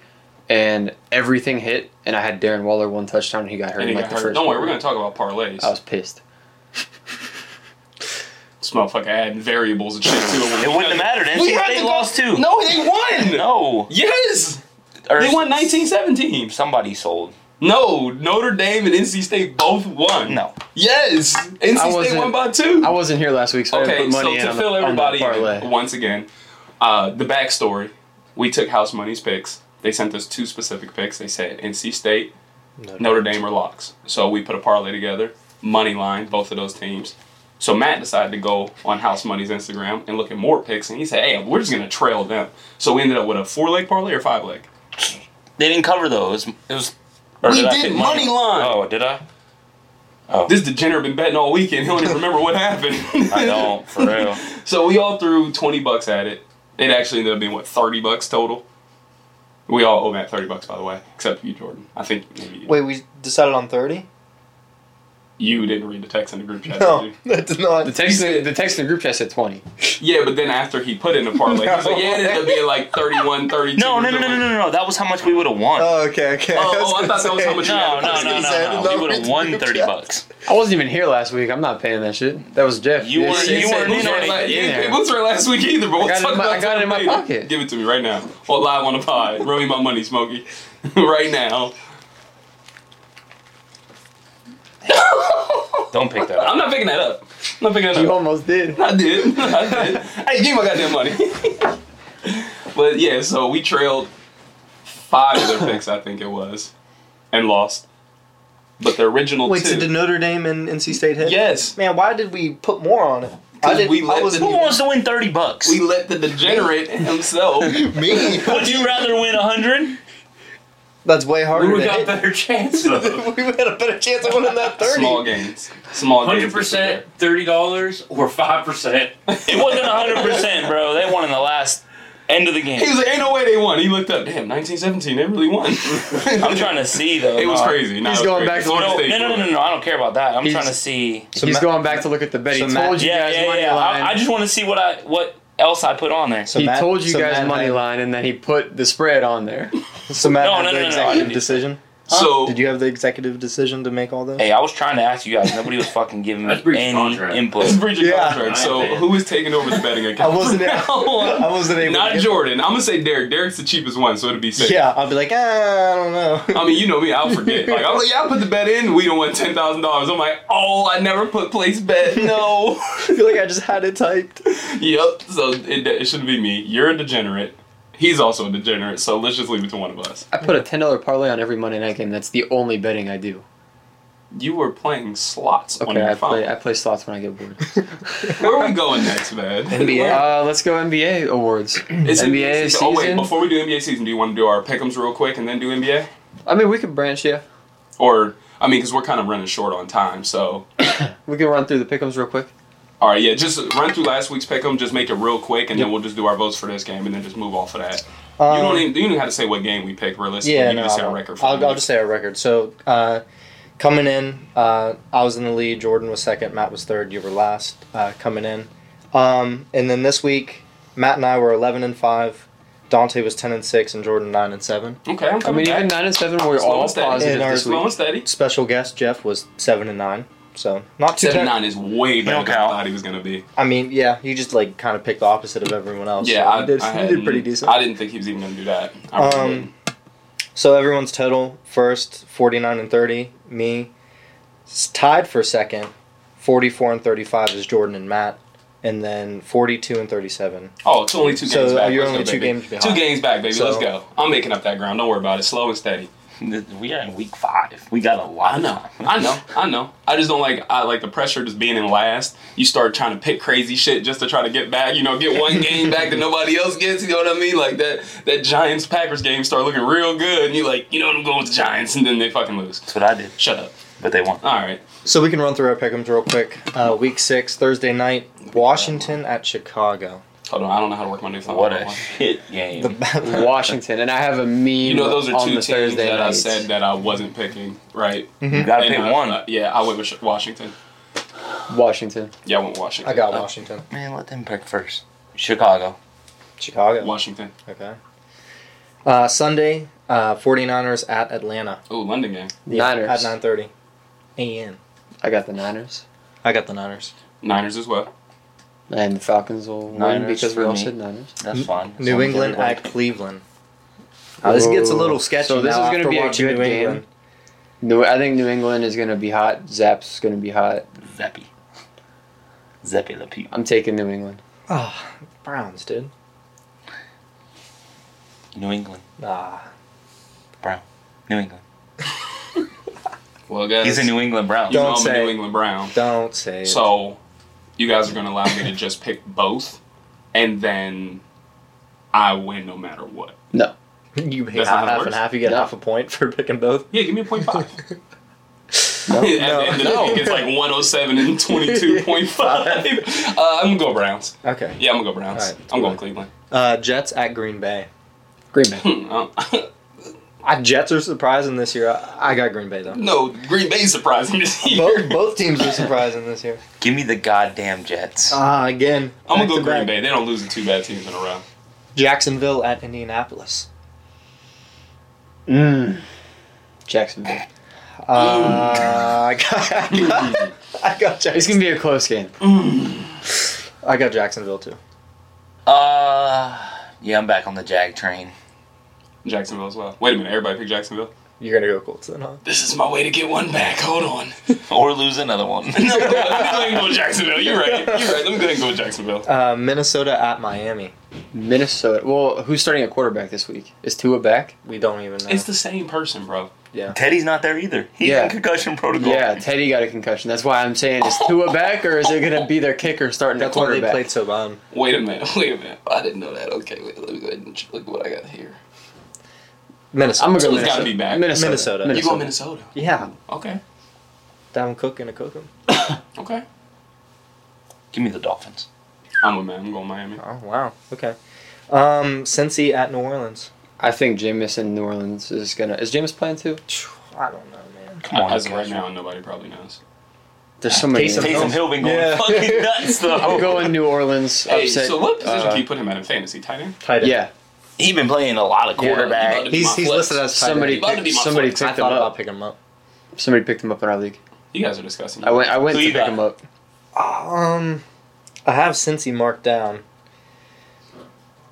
Speaker 2: and everything hit. And I had Darren Waller one touchdown. and He got hurt.
Speaker 3: And
Speaker 2: in
Speaker 3: he
Speaker 2: like
Speaker 3: got
Speaker 2: the
Speaker 3: hurt.
Speaker 2: first
Speaker 3: Don't worry, we're
Speaker 2: quarter.
Speaker 3: gonna talk about parlays.
Speaker 2: I was pissed.
Speaker 3: This motherfucker adding variables and shit to
Speaker 1: It wouldn't have mattered.
Speaker 3: We had
Speaker 1: NC
Speaker 3: to
Speaker 1: State
Speaker 3: go-
Speaker 1: lost too.
Speaker 3: No, they won.
Speaker 1: no.
Speaker 3: Yes,
Speaker 1: Or
Speaker 3: they won 19-17.
Speaker 1: Somebody sold.
Speaker 3: No, Notre Dame and NC State both won.
Speaker 1: No.
Speaker 3: Yes,
Speaker 2: I
Speaker 3: NC State
Speaker 2: wasn't-
Speaker 3: won by two.
Speaker 2: I wasn't here last week, so I
Speaker 3: Okay,
Speaker 2: didn't put money
Speaker 3: so
Speaker 2: in
Speaker 3: to
Speaker 2: on
Speaker 3: fill
Speaker 2: the, on the
Speaker 3: everybody
Speaker 2: parlay.
Speaker 3: in, once again, uh, the backstory: we took House Money's picks. They sent us two specific picks. They said NC State,
Speaker 4: No.
Speaker 3: Notre Dame, or locks. So we put a parlay together, money line both of those teams. So Matt decided to go on House Money's Instagram and look at more picks, and he said, "Hey, we're just gonna trail them." So we ended up with a four leg parlay or five leg.
Speaker 1: They didn't cover those. It was. or
Speaker 3: We
Speaker 1: I
Speaker 3: did
Speaker 1: pick
Speaker 3: money line.
Speaker 1: Oh, did I? Oh,
Speaker 3: This degenerate been betting all weekend. He don't even remember what happened.
Speaker 1: I don't for real.
Speaker 3: So we all threw twenty bucks at it. It actually ended up being what thirty bucks total. We all owe Matt thirty bucks, by the way, except you, Jordan. I think maybe you,
Speaker 4: Wait, we decided on thirty.
Speaker 3: you didn't read the text in the group chat.
Speaker 4: No,
Speaker 3: Did
Speaker 4: that's not.
Speaker 2: The text the text in the group chat said twenty.
Speaker 3: you? Yeah, but then after he put in a parlay, he's like, yeah, it ended up being like 31, 32.
Speaker 1: No, no, no, no, no, no, no. That was how much we would have won.
Speaker 4: Oh, okay, okay.
Speaker 3: Oh, oh, I
Speaker 4: gonna
Speaker 3: thought that was how
Speaker 4: say.
Speaker 3: much you
Speaker 1: no,
Speaker 3: I
Speaker 1: no,
Speaker 3: was
Speaker 1: no,
Speaker 3: gonna
Speaker 4: say,
Speaker 1: no,
Speaker 4: I
Speaker 1: no.
Speaker 4: didn't
Speaker 1: We would have
Speaker 4: know
Speaker 1: won
Speaker 4: it's
Speaker 1: thirty
Speaker 4: group
Speaker 1: bucks.
Speaker 2: I wasn't even here last week. I'm not paying that shit. That was Jeff.
Speaker 1: You
Speaker 2: Yeah,
Speaker 1: weren't-
Speaker 2: shit,
Speaker 1: you
Speaker 2: shit,
Speaker 1: weren't
Speaker 2: shit,
Speaker 1: in on
Speaker 2: shit,
Speaker 1: it.
Speaker 2: shit,
Speaker 1: You
Speaker 2: shit.
Speaker 1: didn't
Speaker 3: It was her last week either, but we'll
Speaker 2: got it in
Speaker 3: talk
Speaker 2: my-
Speaker 3: about
Speaker 2: I got it in my
Speaker 3: that later.
Speaker 2: pocket.
Speaker 3: Give it to me right now. Well, live on the pod. Run me my money, Smokey. right now.
Speaker 1: Don't pick that
Speaker 3: I'm
Speaker 1: up.
Speaker 3: not picking that up. I'm not picking that up.
Speaker 2: You almost did.
Speaker 3: I did. I did. hey, give me my goddamn money. but yeah, so we trailed five of their picks, I think it was, and lost. But the original
Speaker 4: Wait, so
Speaker 3: two.
Speaker 4: did Notre Dame and NC State hit?
Speaker 3: yes.
Speaker 4: Man, why did we put more on it? I
Speaker 3: 'Cause
Speaker 4: did.
Speaker 3: we
Speaker 4: I
Speaker 3: let
Speaker 4: wasn't
Speaker 1: Who
Speaker 3: the-
Speaker 1: wants to win thirty bucks?
Speaker 3: We let the degenerate himself. we
Speaker 4: me.
Speaker 1: Would you rather win hundred?
Speaker 4: That's way harder.
Speaker 3: would've
Speaker 4: to
Speaker 3: got
Speaker 4: hit.
Speaker 3: better chance though.
Speaker 4: we had a better chance of winning that thirty.
Speaker 3: Small gains. Small gains.
Speaker 5: Hundred percent, thirty dollars, or five percent.
Speaker 1: It wasn't hundred percent, bro. They won in the last end of the
Speaker 3: He
Speaker 1: game.
Speaker 3: was like, "Ain't no way they won." He looked up. Damn, 1917. They really won.
Speaker 1: I'm trying to see though.
Speaker 3: It was
Speaker 1: no.
Speaker 3: crazy. No,
Speaker 2: He's
Speaker 3: it was
Speaker 2: going
Speaker 3: crazy.
Speaker 2: back to
Speaker 3: Florida
Speaker 1: No, no,
Speaker 3: State
Speaker 1: no, no,
Speaker 3: won.
Speaker 1: no, no. I don't care about that. I'm
Speaker 2: He's-
Speaker 1: trying to see.
Speaker 4: So
Speaker 2: He's
Speaker 4: Matt-
Speaker 2: going back to look at the bet. He
Speaker 4: so Matt-
Speaker 2: told you
Speaker 1: Yeah,
Speaker 2: guys
Speaker 1: yeah,
Speaker 2: money
Speaker 1: yeah.
Speaker 2: line.
Speaker 1: I, I just want to see what I what else I put on there.
Speaker 4: So
Speaker 2: he
Speaker 4: Matt-
Speaker 2: told you
Speaker 4: so
Speaker 2: guys
Speaker 4: Matt
Speaker 2: money
Speaker 4: had-
Speaker 2: line, and then he put the spread on there.
Speaker 4: So Matt
Speaker 1: No,
Speaker 4: had
Speaker 1: no,
Speaker 4: the
Speaker 1: no, no, no, I
Speaker 4: executive
Speaker 1: didn't.
Speaker 4: decision.
Speaker 3: So
Speaker 4: Did you have the executive decision to make all this?
Speaker 1: Hey, I was trying to ask you guys. Nobody was fucking giving me
Speaker 5: That's breach of
Speaker 1: any
Speaker 5: contract.
Speaker 1: input.
Speaker 3: It's breach of
Speaker 4: Yeah.
Speaker 3: contract. So
Speaker 5: I am.
Speaker 3: who is taking over the betting
Speaker 4: I
Speaker 3: account?
Speaker 4: wasn't. I wasn't able.
Speaker 3: Not
Speaker 4: to get-
Speaker 3: Jordan. I'm gonna say Derek. Derek's the cheapest one, so it'd be safe.
Speaker 4: Yeah, I'll be like, ah, I don't know.
Speaker 3: I mean, Um, you know me. I'll forget. Like I'm like, yeah, I put the bet in. We don't want ten thousand dollars. I'm like, oh, I never put place bet. No.
Speaker 4: I feel like I just had it typed.
Speaker 3: yep. So it, it shouldn't be me. You're a degenerate. He's also a degenerate. So let's just leave it to one of us.
Speaker 2: I put a ten dollar parlay on every Monday night game. That's the only betting I do.
Speaker 3: You were playing slots on
Speaker 2: Okay,
Speaker 3: your
Speaker 2: I
Speaker 3: phone.
Speaker 2: play I play slots when I get bored.
Speaker 3: Where are we going next, man?
Speaker 2: Uh, let's go NBA awards.
Speaker 3: It's
Speaker 2: NBA
Speaker 3: season. Oh wait,
Speaker 2: season?
Speaker 3: before we do NBA season, do you want to do our pickums real quick and then do NBA?
Speaker 2: I mean, we could branch, yeah.
Speaker 3: Or I mean, because we're kind of running short on time, so
Speaker 2: We can run through the pickums real quick.
Speaker 3: All right, yeah, just run through last week's pick 'em, just make it real quick, and then we'll just do our votes for this game, and then just move off of that. you don't even you don't even have to say what game we picked realistically.
Speaker 4: Um, Yeah,
Speaker 3: you
Speaker 4: no,
Speaker 3: can just
Speaker 4: I
Speaker 3: say a
Speaker 4: won't.
Speaker 3: record. For
Speaker 4: I'll,
Speaker 3: me.
Speaker 4: I'll just say a record. So, uh, coming in, uh, I was in the lead. Jordan was second. Matt was third. You were last uh, coming in. Um, and then this week, Matt and I were eleven and five. Dante was ten and six, and Jordan nine and seven.
Speaker 3: okay. I'm
Speaker 2: I mean,
Speaker 3: coming
Speaker 2: even
Speaker 3: back.
Speaker 2: nine and seven, we're
Speaker 3: Slow
Speaker 2: all
Speaker 3: and steady.
Speaker 2: positive
Speaker 4: In our-
Speaker 2: this
Speaker 3: slow
Speaker 2: week.
Speaker 3: and steady.
Speaker 4: Special guest Jeff was seven and nine. So not too.
Speaker 3: Seven
Speaker 4: ter-
Speaker 3: nine is way better
Speaker 1: don't
Speaker 3: than I
Speaker 1: count.
Speaker 3: thought he was gonna be.
Speaker 4: I mean, yeah, you just like kind of picked the opposite of everyone else.
Speaker 3: Yeah,
Speaker 4: So
Speaker 3: I
Speaker 4: you Oh, did.
Speaker 3: I
Speaker 4: you
Speaker 3: hadn't-
Speaker 4: did pretty decent.
Speaker 3: I didn't think he was even gonna do that. I really
Speaker 4: Um,
Speaker 3: didn't.
Speaker 4: So everyone's total first, 49 and 30. Me s- tied for second, 44 and 35 is Jordan and Matt. And then 42 and 37.
Speaker 3: oh, it's only two
Speaker 4: so uh,
Speaker 3: games back.
Speaker 4: you're
Speaker 3: Let's
Speaker 4: only
Speaker 3: go,
Speaker 4: two
Speaker 3: baby.
Speaker 4: games behind.
Speaker 3: Two games back, baby.
Speaker 4: So-
Speaker 3: Let's go. I'm making up that ground. Don't worry about it. Slow and steady.
Speaker 1: We are in week five. We got a lot.
Speaker 3: I know, I know, I know. I just don't like I like the pressure just being in last. You start trying to pick crazy shit just to try to get back, you know, get one game back that nobody else gets. You know what I mean? Like that that Giants Packers game start looking real good, and you like, you know what, I'm going with the Giants, and then they fucking lose.
Speaker 1: That's what I did,
Speaker 3: Shut up.
Speaker 1: but they won.
Speaker 3: All right,
Speaker 4: So we can run through our pick'ems real quick. Uh, week six, Thursday night, Washington at Chicago.
Speaker 3: Hold on, I don't know how to work my new phone.
Speaker 1: What
Speaker 3: Hold
Speaker 1: a
Speaker 3: on.
Speaker 1: shit game.
Speaker 4: The,
Speaker 2: Washington, and I have a meme.
Speaker 3: You know, those are
Speaker 2: on
Speaker 3: two
Speaker 2: the
Speaker 3: teams
Speaker 2: Thursday
Speaker 3: that
Speaker 2: nights.
Speaker 3: I said that I wasn't picking, right?
Speaker 4: Mm-hmm.
Speaker 1: you gotta
Speaker 3: And
Speaker 1: pick
Speaker 3: I-
Speaker 1: one.
Speaker 3: uh, yeah, I went with Sh- Washington.
Speaker 2: Washington.
Speaker 3: Yeah, I went Washington.
Speaker 4: I got Washington,
Speaker 1: Man, let them pick first. Chicago.
Speaker 4: Chicago.
Speaker 3: Washington.
Speaker 4: Okay. Uh, Sunday, uh, 49ers at Atlanta.
Speaker 3: Oh, London game.
Speaker 2: Niners.
Speaker 4: At 9:30 a.m.
Speaker 2: I got the Niners,
Speaker 4: I got the Niners.
Speaker 3: Niners as well.
Speaker 2: and the Falcons will win
Speaker 1: Niners
Speaker 2: because we
Speaker 1: for
Speaker 2: all
Speaker 1: me.
Speaker 2: said Niners.
Speaker 1: That's
Speaker 4: N-
Speaker 1: fine.
Speaker 4: New
Speaker 1: Sounds
Speaker 4: England
Speaker 1: everybody-
Speaker 4: at Cleveland. Now, Uh, this gets a
Speaker 2: Whoa.
Speaker 4: little sketchy.
Speaker 2: So this
Speaker 4: now
Speaker 2: is gonna
Speaker 4: after
Speaker 2: be a
Speaker 4: watching
Speaker 2: good
Speaker 4: New
Speaker 2: game.
Speaker 4: England.
Speaker 2: New, I think New England is going to be hot. Zap's going to be hot.
Speaker 1: Zeppy. Zeppy the people.
Speaker 2: I'm taking New England.
Speaker 4: Ah, Browns, dude.
Speaker 1: New England.
Speaker 4: Nah.
Speaker 1: New England.
Speaker 3: Well, guys,
Speaker 1: He's a New England Brown.
Speaker 3: you know
Speaker 4: Don't
Speaker 3: I'm
Speaker 4: say.
Speaker 3: a New England Brown.
Speaker 4: Don't say it.
Speaker 3: So, you guys are going to allow me to just pick both, and then I win no matter what.
Speaker 4: you pick
Speaker 3: That's
Speaker 4: half,
Speaker 3: not
Speaker 4: half
Speaker 3: how it
Speaker 4: and
Speaker 3: works.
Speaker 4: half. You get
Speaker 2: No.
Speaker 4: half a point for picking both.
Speaker 3: Yeah, give me a point five.
Speaker 2: No,
Speaker 3: At the end of the
Speaker 4: no.
Speaker 3: week, it's like 107 and 22.5. uh, I'm going to go Browns.
Speaker 4: Okay.
Speaker 3: Yeah, I'm going to go Browns.
Speaker 4: All right,
Speaker 3: I'm going
Speaker 4: cool.
Speaker 3: Cleveland.
Speaker 4: Uh, Jets at Green Bay.
Speaker 2: Green Bay.
Speaker 3: Um,
Speaker 4: I, Jets are surprising this year. I, I got Green Bay though.
Speaker 3: no, Green Bay's surprising this year.
Speaker 4: Both, both teams are surprising this year.
Speaker 1: Give me the goddamn
Speaker 2: Uh.
Speaker 1: Jets.
Speaker 4: Ah, again. back
Speaker 3: I'm going to go
Speaker 4: to
Speaker 3: Green
Speaker 4: back.
Speaker 3: Bay. They don't lose to two bad teams in a row.
Speaker 4: Jacksonville at Indianapolis.
Speaker 2: Mm. Jacksonville.
Speaker 4: Uh, I, got, I, got, I got
Speaker 2: It's
Speaker 4: Jacksonville.
Speaker 2: going to be a close game.
Speaker 3: Mm.
Speaker 4: I got Jacksonville too.
Speaker 1: Uh, yeah, I'm back on the Jag train.
Speaker 3: Jacksonville as well. Wait a minute, everybody pick Jacksonville?
Speaker 4: You're gonna go Colts then, huh?
Speaker 3: This is my way to get one back. Hold on.
Speaker 1: Or lose another one.
Speaker 3: no, go ahead and go with Jacksonville. You're right. You're right. Let me go ahead and go with Jacksonville.
Speaker 4: Uh, Minnesota at Miami.
Speaker 2: Minnesota. Well, who's starting at quarterback this week? Is Tua back?
Speaker 4: We don't even know.
Speaker 3: It's the same person, bro.
Speaker 4: yeah.
Speaker 1: Teddy's not there either. He's
Speaker 2: Yeah.
Speaker 1: in concussion protocol.
Speaker 2: Yeah, Teddy got a concussion. That's why I'm saying is Tua back or is it going to be their kicker starting at
Speaker 4: That's why they
Speaker 2: quarterback?
Speaker 4: played so bad.
Speaker 3: Wait a minute. Wait a minute. I didn't know that. Okay, wait. Let me go ahead and look what I got here.
Speaker 4: Minnesota.
Speaker 2: I'm going to go
Speaker 3: Tua's
Speaker 2: Minnesota.
Speaker 3: gotta be back.
Speaker 2: Minnesota.
Speaker 4: Minnesota.
Speaker 3: You go Minnesota.
Speaker 4: yeah.
Speaker 3: Okay.
Speaker 4: Dalvin Cook gonna cook him.
Speaker 3: Okay.
Speaker 1: Give me the Dolphins.
Speaker 3: I'm a man. I'm going Miami.
Speaker 4: Oh wow. Okay. Um, Cincy at New Orleans.
Speaker 2: I think Jameis in New Orleans is going to. Is Jameis playing too?
Speaker 4: I don't know, man.
Speaker 1: Come on,
Speaker 3: As of
Speaker 1: guys.
Speaker 3: right now, nobody probably knows.
Speaker 2: There's so many.
Speaker 4: Taysom
Speaker 2: names.
Speaker 1: Taysom Hill been going
Speaker 4: Yeah.
Speaker 1: fucking nuts though.
Speaker 2: I'm going New Orleans.
Speaker 3: Hey,
Speaker 2: upset.
Speaker 3: so what position
Speaker 2: uh,
Speaker 3: do you put him at in fantasy? Tight end.
Speaker 4: Tight end.
Speaker 2: Yeah,
Speaker 1: He been playing a lot of
Speaker 2: Yeah.
Speaker 1: quarterback.
Speaker 4: He's,
Speaker 3: He's- he's
Speaker 4: he's listed
Speaker 3: listed
Speaker 4: as
Speaker 2: somebody
Speaker 3: Might
Speaker 2: picked,
Speaker 3: be my
Speaker 2: somebody
Speaker 3: flex.
Speaker 2: picked
Speaker 4: I
Speaker 2: him
Speaker 4: thought about
Speaker 2: up.
Speaker 4: picking him up.
Speaker 2: Somebody picked him up in our league.
Speaker 3: You guys are discussing.
Speaker 2: I went. I went
Speaker 1: Who
Speaker 2: to
Speaker 1: you
Speaker 2: pick
Speaker 1: got?
Speaker 2: him up.
Speaker 4: Um, I have Cincy marked down.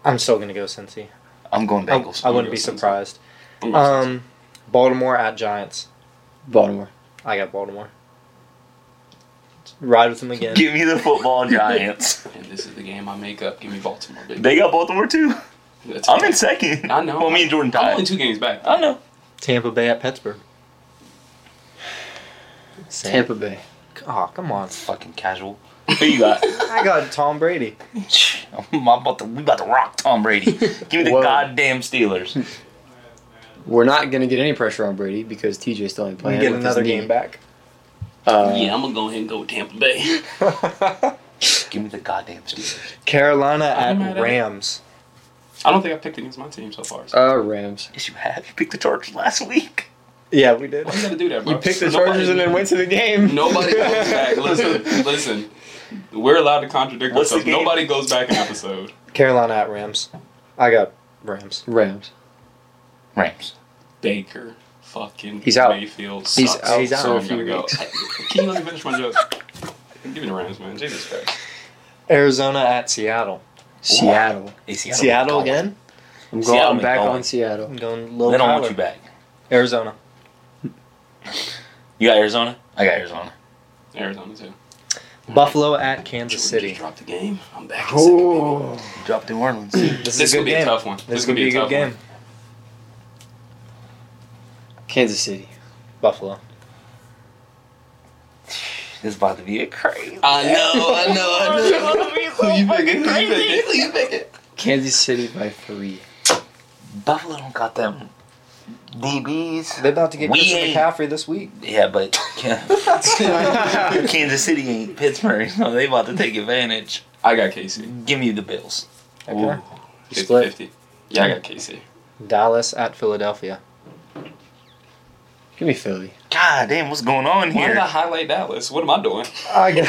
Speaker 4: I'm still gonna go Cincy.
Speaker 1: I'm going
Speaker 4: I,
Speaker 1: Bengals.
Speaker 4: I wouldn't
Speaker 3: go
Speaker 4: be
Speaker 3: Cincy.
Speaker 4: surprised.
Speaker 3: I'm going
Speaker 4: Um, Baltimore at Giants.
Speaker 2: Baltimore.
Speaker 4: I got Baltimore. Ride with them again.
Speaker 1: Give me the football Giants.
Speaker 3: Cincinnati. and this is the game I make up. Give me Baltimore, baby.
Speaker 1: they got Baltimore too.
Speaker 3: That's
Speaker 1: I'm
Speaker 3: okay.
Speaker 1: in second.
Speaker 3: I know.
Speaker 1: Well, me and Jordan
Speaker 3: I'm only
Speaker 1: tied.
Speaker 3: two games back.
Speaker 1: I know.
Speaker 4: Tampa Bay at Pittsburgh. Sam-
Speaker 2: Tampa Bay.
Speaker 4: Oh, come on.
Speaker 1: Fucking casual. Who you got?
Speaker 4: I got Tom Brady.
Speaker 1: I'm about to, we about to rock Tom Brady. Give me the
Speaker 2: Whoa.
Speaker 1: goddamn Steelers.
Speaker 2: We're not gonna get any pressure on Brady because TJ still ain't
Speaker 4: We
Speaker 2: playing.
Speaker 4: get
Speaker 2: with his
Speaker 4: another
Speaker 2: knee.
Speaker 4: game back.
Speaker 2: Uh,
Speaker 3: yeah, I'm gonna go ahead and go with Tampa Bay.
Speaker 1: Give me the goddamn Steelers.
Speaker 4: Carolina
Speaker 3: I'm mad at
Speaker 4: at
Speaker 3: it.
Speaker 4: Rams.
Speaker 3: I don't think I picked against my team so far. So.
Speaker 2: Uh, Rams.
Speaker 1: Yes, you have. You picked the Chargers last week.
Speaker 4: Yeah, we did.
Speaker 3: Why you gotta do that, bro?
Speaker 2: You picked the
Speaker 3: Nobody-
Speaker 2: Chargers and then went to the game.
Speaker 3: Nobody goes back. Listen, listen. We're allowed to contradict
Speaker 1: What's the
Speaker 3: ourselves.
Speaker 1: game?
Speaker 3: Nobody goes back an episode.
Speaker 4: Carolina at Rams. I got Rams.
Speaker 2: Rams.
Speaker 1: Rams.
Speaker 3: Baker, fucking
Speaker 2: He's out.
Speaker 3: Mayfield.
Speaker 2: He's
Speaker 3: sucks.
Speaker 2: out
Speaker 4: He's out
Speaker 2: for
Speaker 3: So
Speaker 2: a
Speaker 3: I'm gonna
Speaker 2: few
Speaker 3: go.
Speaker 2: weeks.
Speaker 3: Can you let me finish my joke? Give me the Rams, man. Jesus Christ.
Speaker 4: Arizona at Seattle.
Speaker 2: Seattle.
Speaker 1: Hey, Seattle,
Speaker 4: Seattle
Speaker 1: going.
Speaker 4: again?
Speaker 2: I'm
Speaker 1: Seattle
Speaker 2: going I'm
Speaker 1: ain't
Speaker 2: back
Speaker 1: going.
Speaker 2: on Seattle.
Speaker 4: I'm going
Speaker 1: They
Speaker 4: Lil
Speaker 1: don't
Speaker 4: Tyler.
Speaker 1: want you back.
Speaker 4: Arizona.
Speaker 1: You got Arizona? I got Arizona.
Speaker 3: Arizona too.
Speaker 4: Buffalo at Kansas City.
Speaker 3: Drop the game. I'm back. in second.
Speaker 2: Oh,
Speaker 1: You dropped New Orleans.
Speaker 4: This,
Speaker 3: This
Speaker 4: is a
Speaker 3: could
Speaker 4: good
Speaker 3: be a
Speaker 4: game.
Speaker 3: tough one.
Speaker 4: This, is going to be a good
Speaker 3: tough
Speaker 4: game.
Speaker 3: one.
Speaker 2: Kansas City.
Speaker 4: Buffalo.
Speaker 1: This is about to be a crazy.
Speaker 3: I know. I know. I know. Who you picking? Who you picking? Who you picking?
Speaker 2: Kansas City by three.
Speaker 1: Buffalo don't got them DBs.
Speaker 4: They're about to get
Speaker 1: We
Speaker 4: Christian
Speaker 1: ain't-
Speaker 4: McCaffrey this week.
Speaker 1: Yeah, but Kansas City ain't Pittsburgh, so they about to take advantage.
Speaker 3: I got KC.
Speaker 1: Give me the Bills.
Speaker 4: Okay.
Speaker 3: Ooh, 50,
Speaker 4: Split.
Speaker 3: 50. Yeah, I got KC.
Speaker 4: Dallas at Philadelphia.
Speaker 2: Give me Philly.
Speaker 1: God damn, what's going on
Speaker 3: Why did
Speaker 1: here?
Speaker 3: I highlight Dallas? What am I doing?
Speaker 4: I got,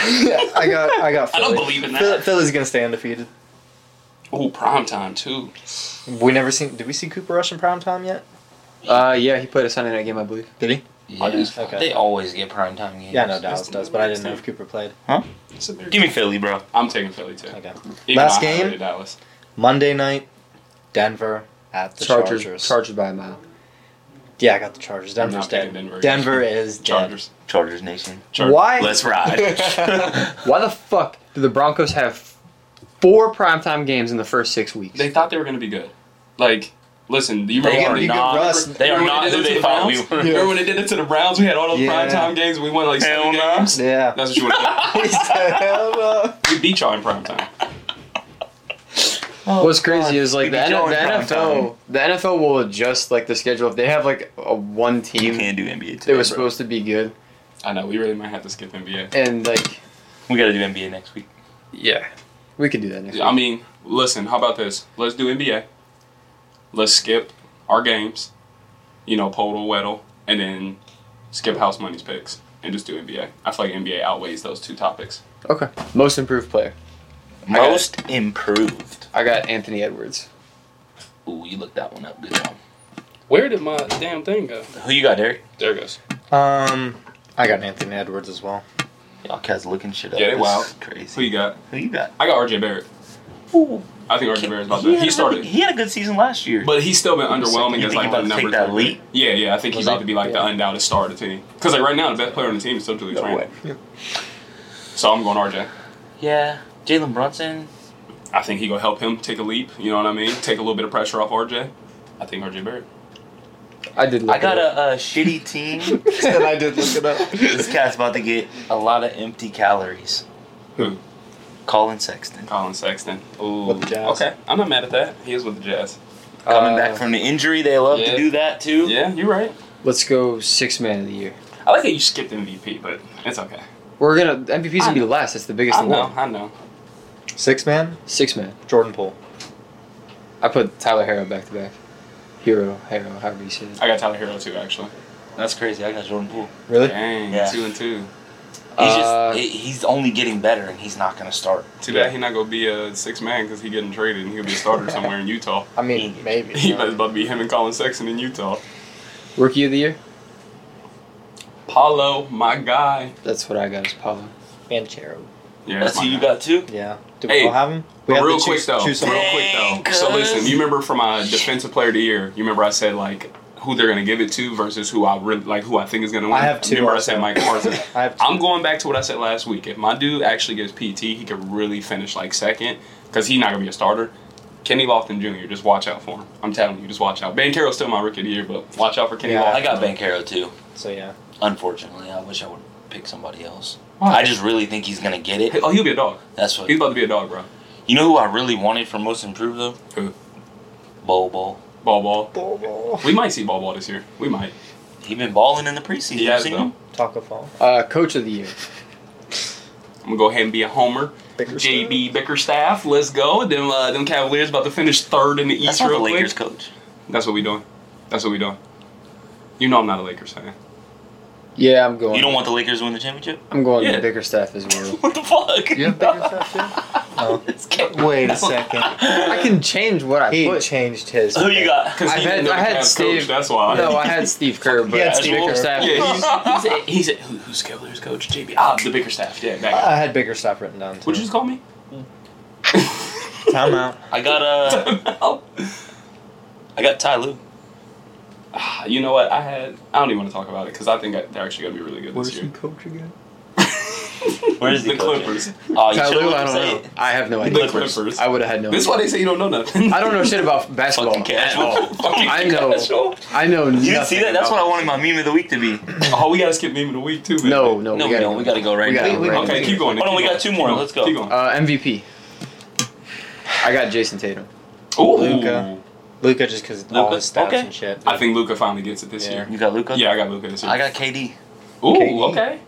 Speaker 4: I got, I got.
Speaker 5: I
Speaker 4: Philly.
Speaker 5: don't believe in that.
Speaker 4: Phil- Philly's gonna stay undefeated.
Speaker 3: Ooh, prime time too.
Speaker 4: We never seen. Did we see Cooper Rush in prime time yet?
Speaker 2: Uh, yeah, he played a Sunday night game, I believe.
Speaker 4: Did he?
Speaker 1: Yeah,
Speaker 3: I just-
Speaker 4: okay.
Speaker 1: They always get prime time games.
Speaker 4: Yeah, no, Dallas does, but I didn't know if Cooper played.
Speaker 3: It's a big-
Speaker 1: Give me Philly, bro.
Speaker 3: I'm taking Philly too.
Speaker 4: Okay.
Speaker 3: Even
Speaker 4: Last
Speaker 3: though I
Speaker 4: game?
Speaker 3: highlighted Dallas.
Speaker 4: Monday night, Denver at the Chargers.
Speaker 2: Chargers, Chargers, by a mile.
Speaker 4: Yeah, I got the Chargers.
Speaker 3: I'm
Speaker 4: Denver's
Speaker 3: not picking
Speaker 4: dead.
Speaker 3: Denver.
Speaker 4: Denver, is dead.
Speaker 3: Chargers.
Speaker 1: Chargers Nation.
Speaker 3: Chargers.
Speaker 4: Why?
Speaker 1: Let's ride.
Speaker 2: Why the fuck do the Broncos have four primetime games in the first six weeks?
Speaker 3: They thought they were going to be good. Like, listen, you
Speaker 1: They
Speaker 3: remember
Speaker 1: are
Speaker 3: when did
Speaker 1: not-
Speaker 3: Russ-
Speaker 1: they are
Speaker 3: remember when
Speaker 1: not
Speaker 3: did
Speaker 1: who
Speaker 3: it to
Speaker 1: they
Speaker 3: the
Speaker 1: thought we
Speaker 3: Browns?
Speaker 1: were.
Speaker 3: Remember when they did it to the Browns? We had all those
Speaker 4: Yeah.
Speaker 3: prime time games. We won like
Speaker 1: Hell
Speaker 3: seven
Speaker 1: no.
Speaker 3: games.
Speaker 4: Yeah.
Speaker 3: That's what you want
Speaker 4: He said, "Hell no."
Speaker 3: to do. We beat y'all in prime time.
Speaker 2: What's crazy is
Speaker 1: We
Speaker 2: like the,
Speaker 1: beat
Speaker 2: N-
Speaker 1: y'all in
Speaker 2: the
Speaker 1: prime
Speaker 2: NFL. The NFL will adjust like the schedule if they have like a one
Speaker 1: you
Speaker 2: team
Speaker 1: can't do NBA
Speaker 2: that
Speaker 1: today.
Speaker 2: was
Speaker 1: bro.
Speaker 2: supposed to be good
Speaker 3: I know. We really might have to skip NBA.
Speaker 2: and like
Speaker 1: We got to do NBA next week.
Speaker 3: Yeah.
Speaker 2: we could do that next.
Speaker 3: I
Speaker 2: week.
Speaker 3: mean, listen. How about this? Let's do NBA. Let's skip our games. You know, Podal, Weddle, and then skip House Money's picks and just do NBA. I feel like NBA outweighs those two topics.
Speaker 2: Okay. Most improved player. got it.
Speaker 1: Most improved.
Speaker 2: I got Anthony Edwards.
Speaker 1: Ooh, you looked that one up. Good job.
Speaker 3: Where did my damn thing go?
Speaker 1: Who you got, Derek?
Speaker 3: There it goes.
Speaker 4: Um, I got Anthony Edwards as well.
Speaker 1: Y'all cats looking shit up.
Speaker 3: Yeah, they
Speaker 1: This
Speaker 3: wild.
Speaker 1: is Crazy.
Speaker 3: Who you got?
Speaker 1: Who you got?
Speaker 3: I got RJ Barrett.
Speaker 1: Ooh,
Speaker 3: I think RJ Barrett's about
Speaker 1: he,
Speaker 3: to.
Speaker 1: had
Speaker 3: He
Speaker 1: a-
Speaker 3: started,
Speaker 1: he had a good season last year.
Speaker 3: but he's still been underwhelming
Speaker 1: You
Speaker 3: as
Speaker 1: think
Speaker 3: like
Speaker 1: about
Speaker 3: the
Speaker 1: to take
Speaker 3: number.
Speaker 1: that
Speaker 3: three.
Speaker 1: leap?
Speaker 3: Yeah, yeah. I think he's
Speaker 4: Was he?
Speaker 3: about to be like the
Speaker 4: Yeah.
Speaker 3: undoubted star of the team. Because like right now, the best player on the team is still Julius
Speaker 1: No
Speaker 3: Randle.
Speaker 1: way.
Speaker 3: So I'm going RJ.
Speaker 1: Yeah, Jalen Brunson.
Speaker 3: I think he gonna help him take a leap. You know what I mean? Take a little bit of pressure off RJ. I think RJ Barrett.
Speaker 2: I did. Look
Speaker 1: I got
Speaker 2: it up.
Speaker 1: a, a shitty team.
Speaker 4: and I did look it up.
Speaker 1: this cat's about to get a lot of empty calories.
Speaker 3: Who?
Speaker 1: Colin Sexton
Speaker 3: Colin Sexton. Ooh.
Speaker 4: With the Jazz.
Speaker 3: Okay, I'm not mad at that. He is with the Jazz.
Speaker 1: coming
Speaker 2: Uh,
Speaker 1: back from the injury. They love
Speaker 3: yeah.
Speaker 1: to do that too.
Speaker 3: Yeah, you're right.
Speaker 2: Let's go six man of the year.
Speaker 3: I like how you skipped MVP, but it's okay.
Speaker 2: We're gonna MVP's gonna be the last. That's the biggest
Speaker 3: I
Speaker 2: thing.
Speaker 3: know. I know.
Speaker 4: Six man,
Speaker 2: Six man.
Speaker 4: Jordan Poole.
Speaker 2: I put Tyler Harrow back to back. Hero, Harrow, however you say it.
Speaker 3: I got Tyler Hero too, actually.
Speaker 1: That's crazy. I got Jordan Poole.
Speaker 4: Really?
Speaker 3: Dang,
Speaker 1: Yeah.
Speaker 3: two and two.
Speaker 1: He's
Speaker 2: Uh,
Speaker 1: just he- he's only getting better, and he's not gonna start.
Speaker 3: Too bad he not gonna be a six man because he getting traded and he gonna be a starter somewhere in Utah.
Speaker 4: I mean, maybe.
Speaker 3: He was about to be him and Colin Sexton in Utah.
Speaker 2: Rookie of the year.
Speaker 3: Paulo, my guy.
Speaker 2: That's what I got is Paulo.
Speaker 4: Banchero.
Speaker 3: Yeah,
Speaker 1: That's
Speaker 3: my
Speaker 1: who you
Speaker 3: guy.
Speaker 1: got too.
Speaker 4: Yeah. Do
Speaker 3: Hey,
Speaker 4: we all have him? We
Speaker 3: But
Speaker 4: have
Speaker 3: real
Speaker 4: to
Speaker 3: quick
Speaker 4: choose-
Speaker 3: though,
Speaker 4: choose someone.
Speaker 3: real
Speaker 1: Dang,
Speaker 3: quick though. So listen,
Speaker 1: cuz.
Speaker 3: you remember from my defensive player of the year? You remember I said like who they're gonna give it to versus who I really like who I think is gonna win.
Speaker 4: I have two
Speaker 3: Remember I
Speaker 4: also.
Speaker 3: said Mike Parsons.
Speaker 4: I have.
Speaker 3: I'm going back to what I said last week. If my dude actually gets PT, he could really finish like second because he's not gonna be a starter. Kenny Lofton Jr. Just watch out for him. I'm telling you, just watch out. Ben Carroll's still my rookie of the year, but watch out for Kenny
Speaker 4: Yeah,
Speaker 3: Lofton.
Speaker 1: I got Bankero too.
Speaker 4: So yeah.
Speaker 1: Unfortunately, I wish I would pick somebody else.
Speaker 3: Why?
Speaker 1: I just really think he's gonna get it.
Speaker 3: Oh, he'll be a dog.
Speaker 1: That's what
Speaker 3: He's about to be a dog, bro.
Speaker 1: you know. Who I really wanted for most improved though?
Speaker 3: Who?
Speaker 1: Bol Bol.
Speaker 3: Ball ball.
Speaker 4: Talk
Speaker 3: We might see ball ball this year. We might.
Speaker 1: He been balling in the preseason.
Speaker 3: He has
Speaker 1: you seen
Speaker 3: though.
Speaker 1: him?
Speaker 4: of fall.
Speaker 2: Uh, coach of the year.
Speaker 3: I'm gonna go ahead and be a homer.
Speaker 4: Bickerstaff.
Speaker 3: JB Bickerstaff, let's go. Them uh, them Cavaliers about to finish third in the East
Speaker 1: That's not the
Speaker 3: real quick.
Speaker 1: Lakers coach.
Speaker 3: That's what we doing. That's what we doing. You know I'm not a Lakers fan.
Speaker 2: Yeah, I'm going.
Speaker 1: You don't want the Lakers to win the championship?
Speaker 2: I'm going
Speaker 3: Yeah.
Speaker 2: to Bickerstaff as well.
Speaker 1: What the fuck?
Speaker 4: Oh.
Speaker 1: This kid-
Speaker 4: Wait a second.
Speaker 2: I can change what I
Speaker 4: He
Speaker 2: put.
Speaker 4: changed his.
Speaker 1: Who you got?
Speaker 3: Because
Speaker 2: I've
Speaker 3: he
Speaker 2: had-
Speaker 3: didn't know
Speaker 2: I
Speaker 3: the
Speaker 2: had
Speaker 3: Cavs
Speaker 2: Steve-
Speaker 3: coach. That's why.
Speaker 2: no, I had Steve Kerr, but
Speaker 4: He had
Speaker 2: yeah,
Speaker 4: Steve Kerr.
Speaker 2: Bickerstaff.
Speaker 3: yeah, he's, he's, he's at, who, who's Cavaliers coach? JB. Ah, the Bickerstaff. Yeah, that guy.
Speaker 4: I had bigger stuff written down. Too.
Speaker 3: Would you just call me?
Speaker 4: time out?
Speaker 1: I got uh, I got Ty Lue.
Speaker 3: Ah, you know what? I had. I don't even want to talk about it because I think I- they're actually gonna be really good this year.
Speaker 4: coach again?
Speaker 1: Where is he
Speaker 3: the
Speaker 1: coaching?
Speaker 3: Clippers?
Speaker 1: Oh, you
Speaker 2: Ty
Speaker 1: should've
Speaker 2: Lue,
Speaker 1: let
Speaker 2: I
Speaker 1: him
Speaker 2: don't
Speaker 1: say
Speaker 2: know.
Speaker 1: it.
Speaker 2: I have no
Speaker 3: The
Speaker 2: idea.
Speaker 3: Clippers.
Speaker 2: I would have had no
Speaker 3: This is why
Speaker 2: idea.
Speaker 3: they say you don't know nothing.
Speaker 2: I don't know shit about basketball
Speaker 1: Fucking
Speaker 2: at
Speaker 1: casual.
Speaker 2: all.
Speaker 3: Fucking
Speaker 2: Oh, I know.
Speaker 3: casual.
Speaker 2: I know nothing.
Speaker 1: You didn't see that? That's what I wanted my meme of the week to be.
Speaker 3: Oh, we gotta skip meme of the week too. man.
Speaker 2: No, no,
Speaker 1: No,
Speaker 2: we
Speaker 1: we
Speaker 2: gotta
Speaker 1: don't. We gotta go right
Speaker 2: we gotta
Speaker 1: now.
Speaker 2: go right now.
Speaker 3: Okay, keep going.
Speaker 1: Hold on,
Speaker 3: keep
Speaker 1: we got
Speaker 3: going.
Speaker 1: two more.
Speaker 3: Keep
Speaker 1: Let's go.
Speaker 3: Keep going.
Speaker 2: Uh, MVP. I got Jason Tatum.
Speaker 3: Ooh.
Speaker 4: Luka. Luca just because all
Speaker 1: Luka?
Speaker 4: his stats
Speaker 1: Okay.
Speaker 4: and shit.
Speaker 3: I think Luca finally gets it this
Speaker 4: Yeah.
Speaker 3: year.
Speaker 1: You got Luca.
Speaker 3: Yeah, I got Luca this year.
Speaker 1: I got KD.
Speaker 3: Ooh,
Speaker 4: KD.
Speaker 3: okay.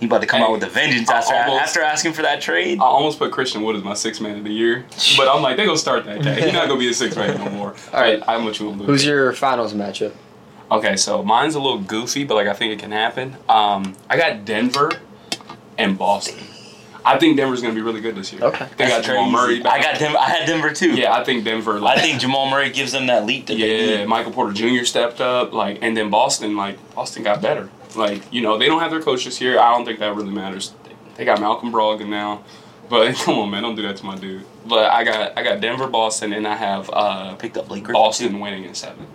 Speaker 1: He about to come
Speaker 3: Hey,
Speaker 1: out with a vengeance
Speaker 3: I
Speaker 1: after,
Speaker 3: almost-
Speaker 1: after asking for that trade.
Speaker 3: I almost put Christian Wood as my sixth man of the year, but I'm like, they're gonna start that day. He's not gonna be a sixth man no more. All
Speaker 2: right.
Speaker 3: I'm what you will lose.
Speaker 2: Who's your finals matchup?
Speaker 3: Okay, so mine's a little goofy, but like I think it can happen. Um, I got Denver and Boston. I think Denver's gonna be really good this year.
Speaker 2: Okay.
Speaker 3: They got
Speaker 1: That's
Speaker 3: Jamal
Speaker 1: crazy.
Speaker 3: Murray. Back.
Speaker 1: I got them. I had Denver too.
Speaker 3: Yeah, I think Denver. Like,
Speaker 1: I think Jamal Murray gives them that leap that they
Speaker 3: Yeah,
Speaker 1: need.
Speaker 3: Michael Porter Jr. stepped up, like, and then Boston, like, Boston got better. Like, you know, they don't have their coach this year. I don't think that really matters. They, they got Malcolm Brogdon now, but come on, man, don't do that to my dude. But I got I got Denver, Boston, and I have uh,
Speaker 1: Picked up Blake Griffin.
Speaker 3: Boston winning in seven.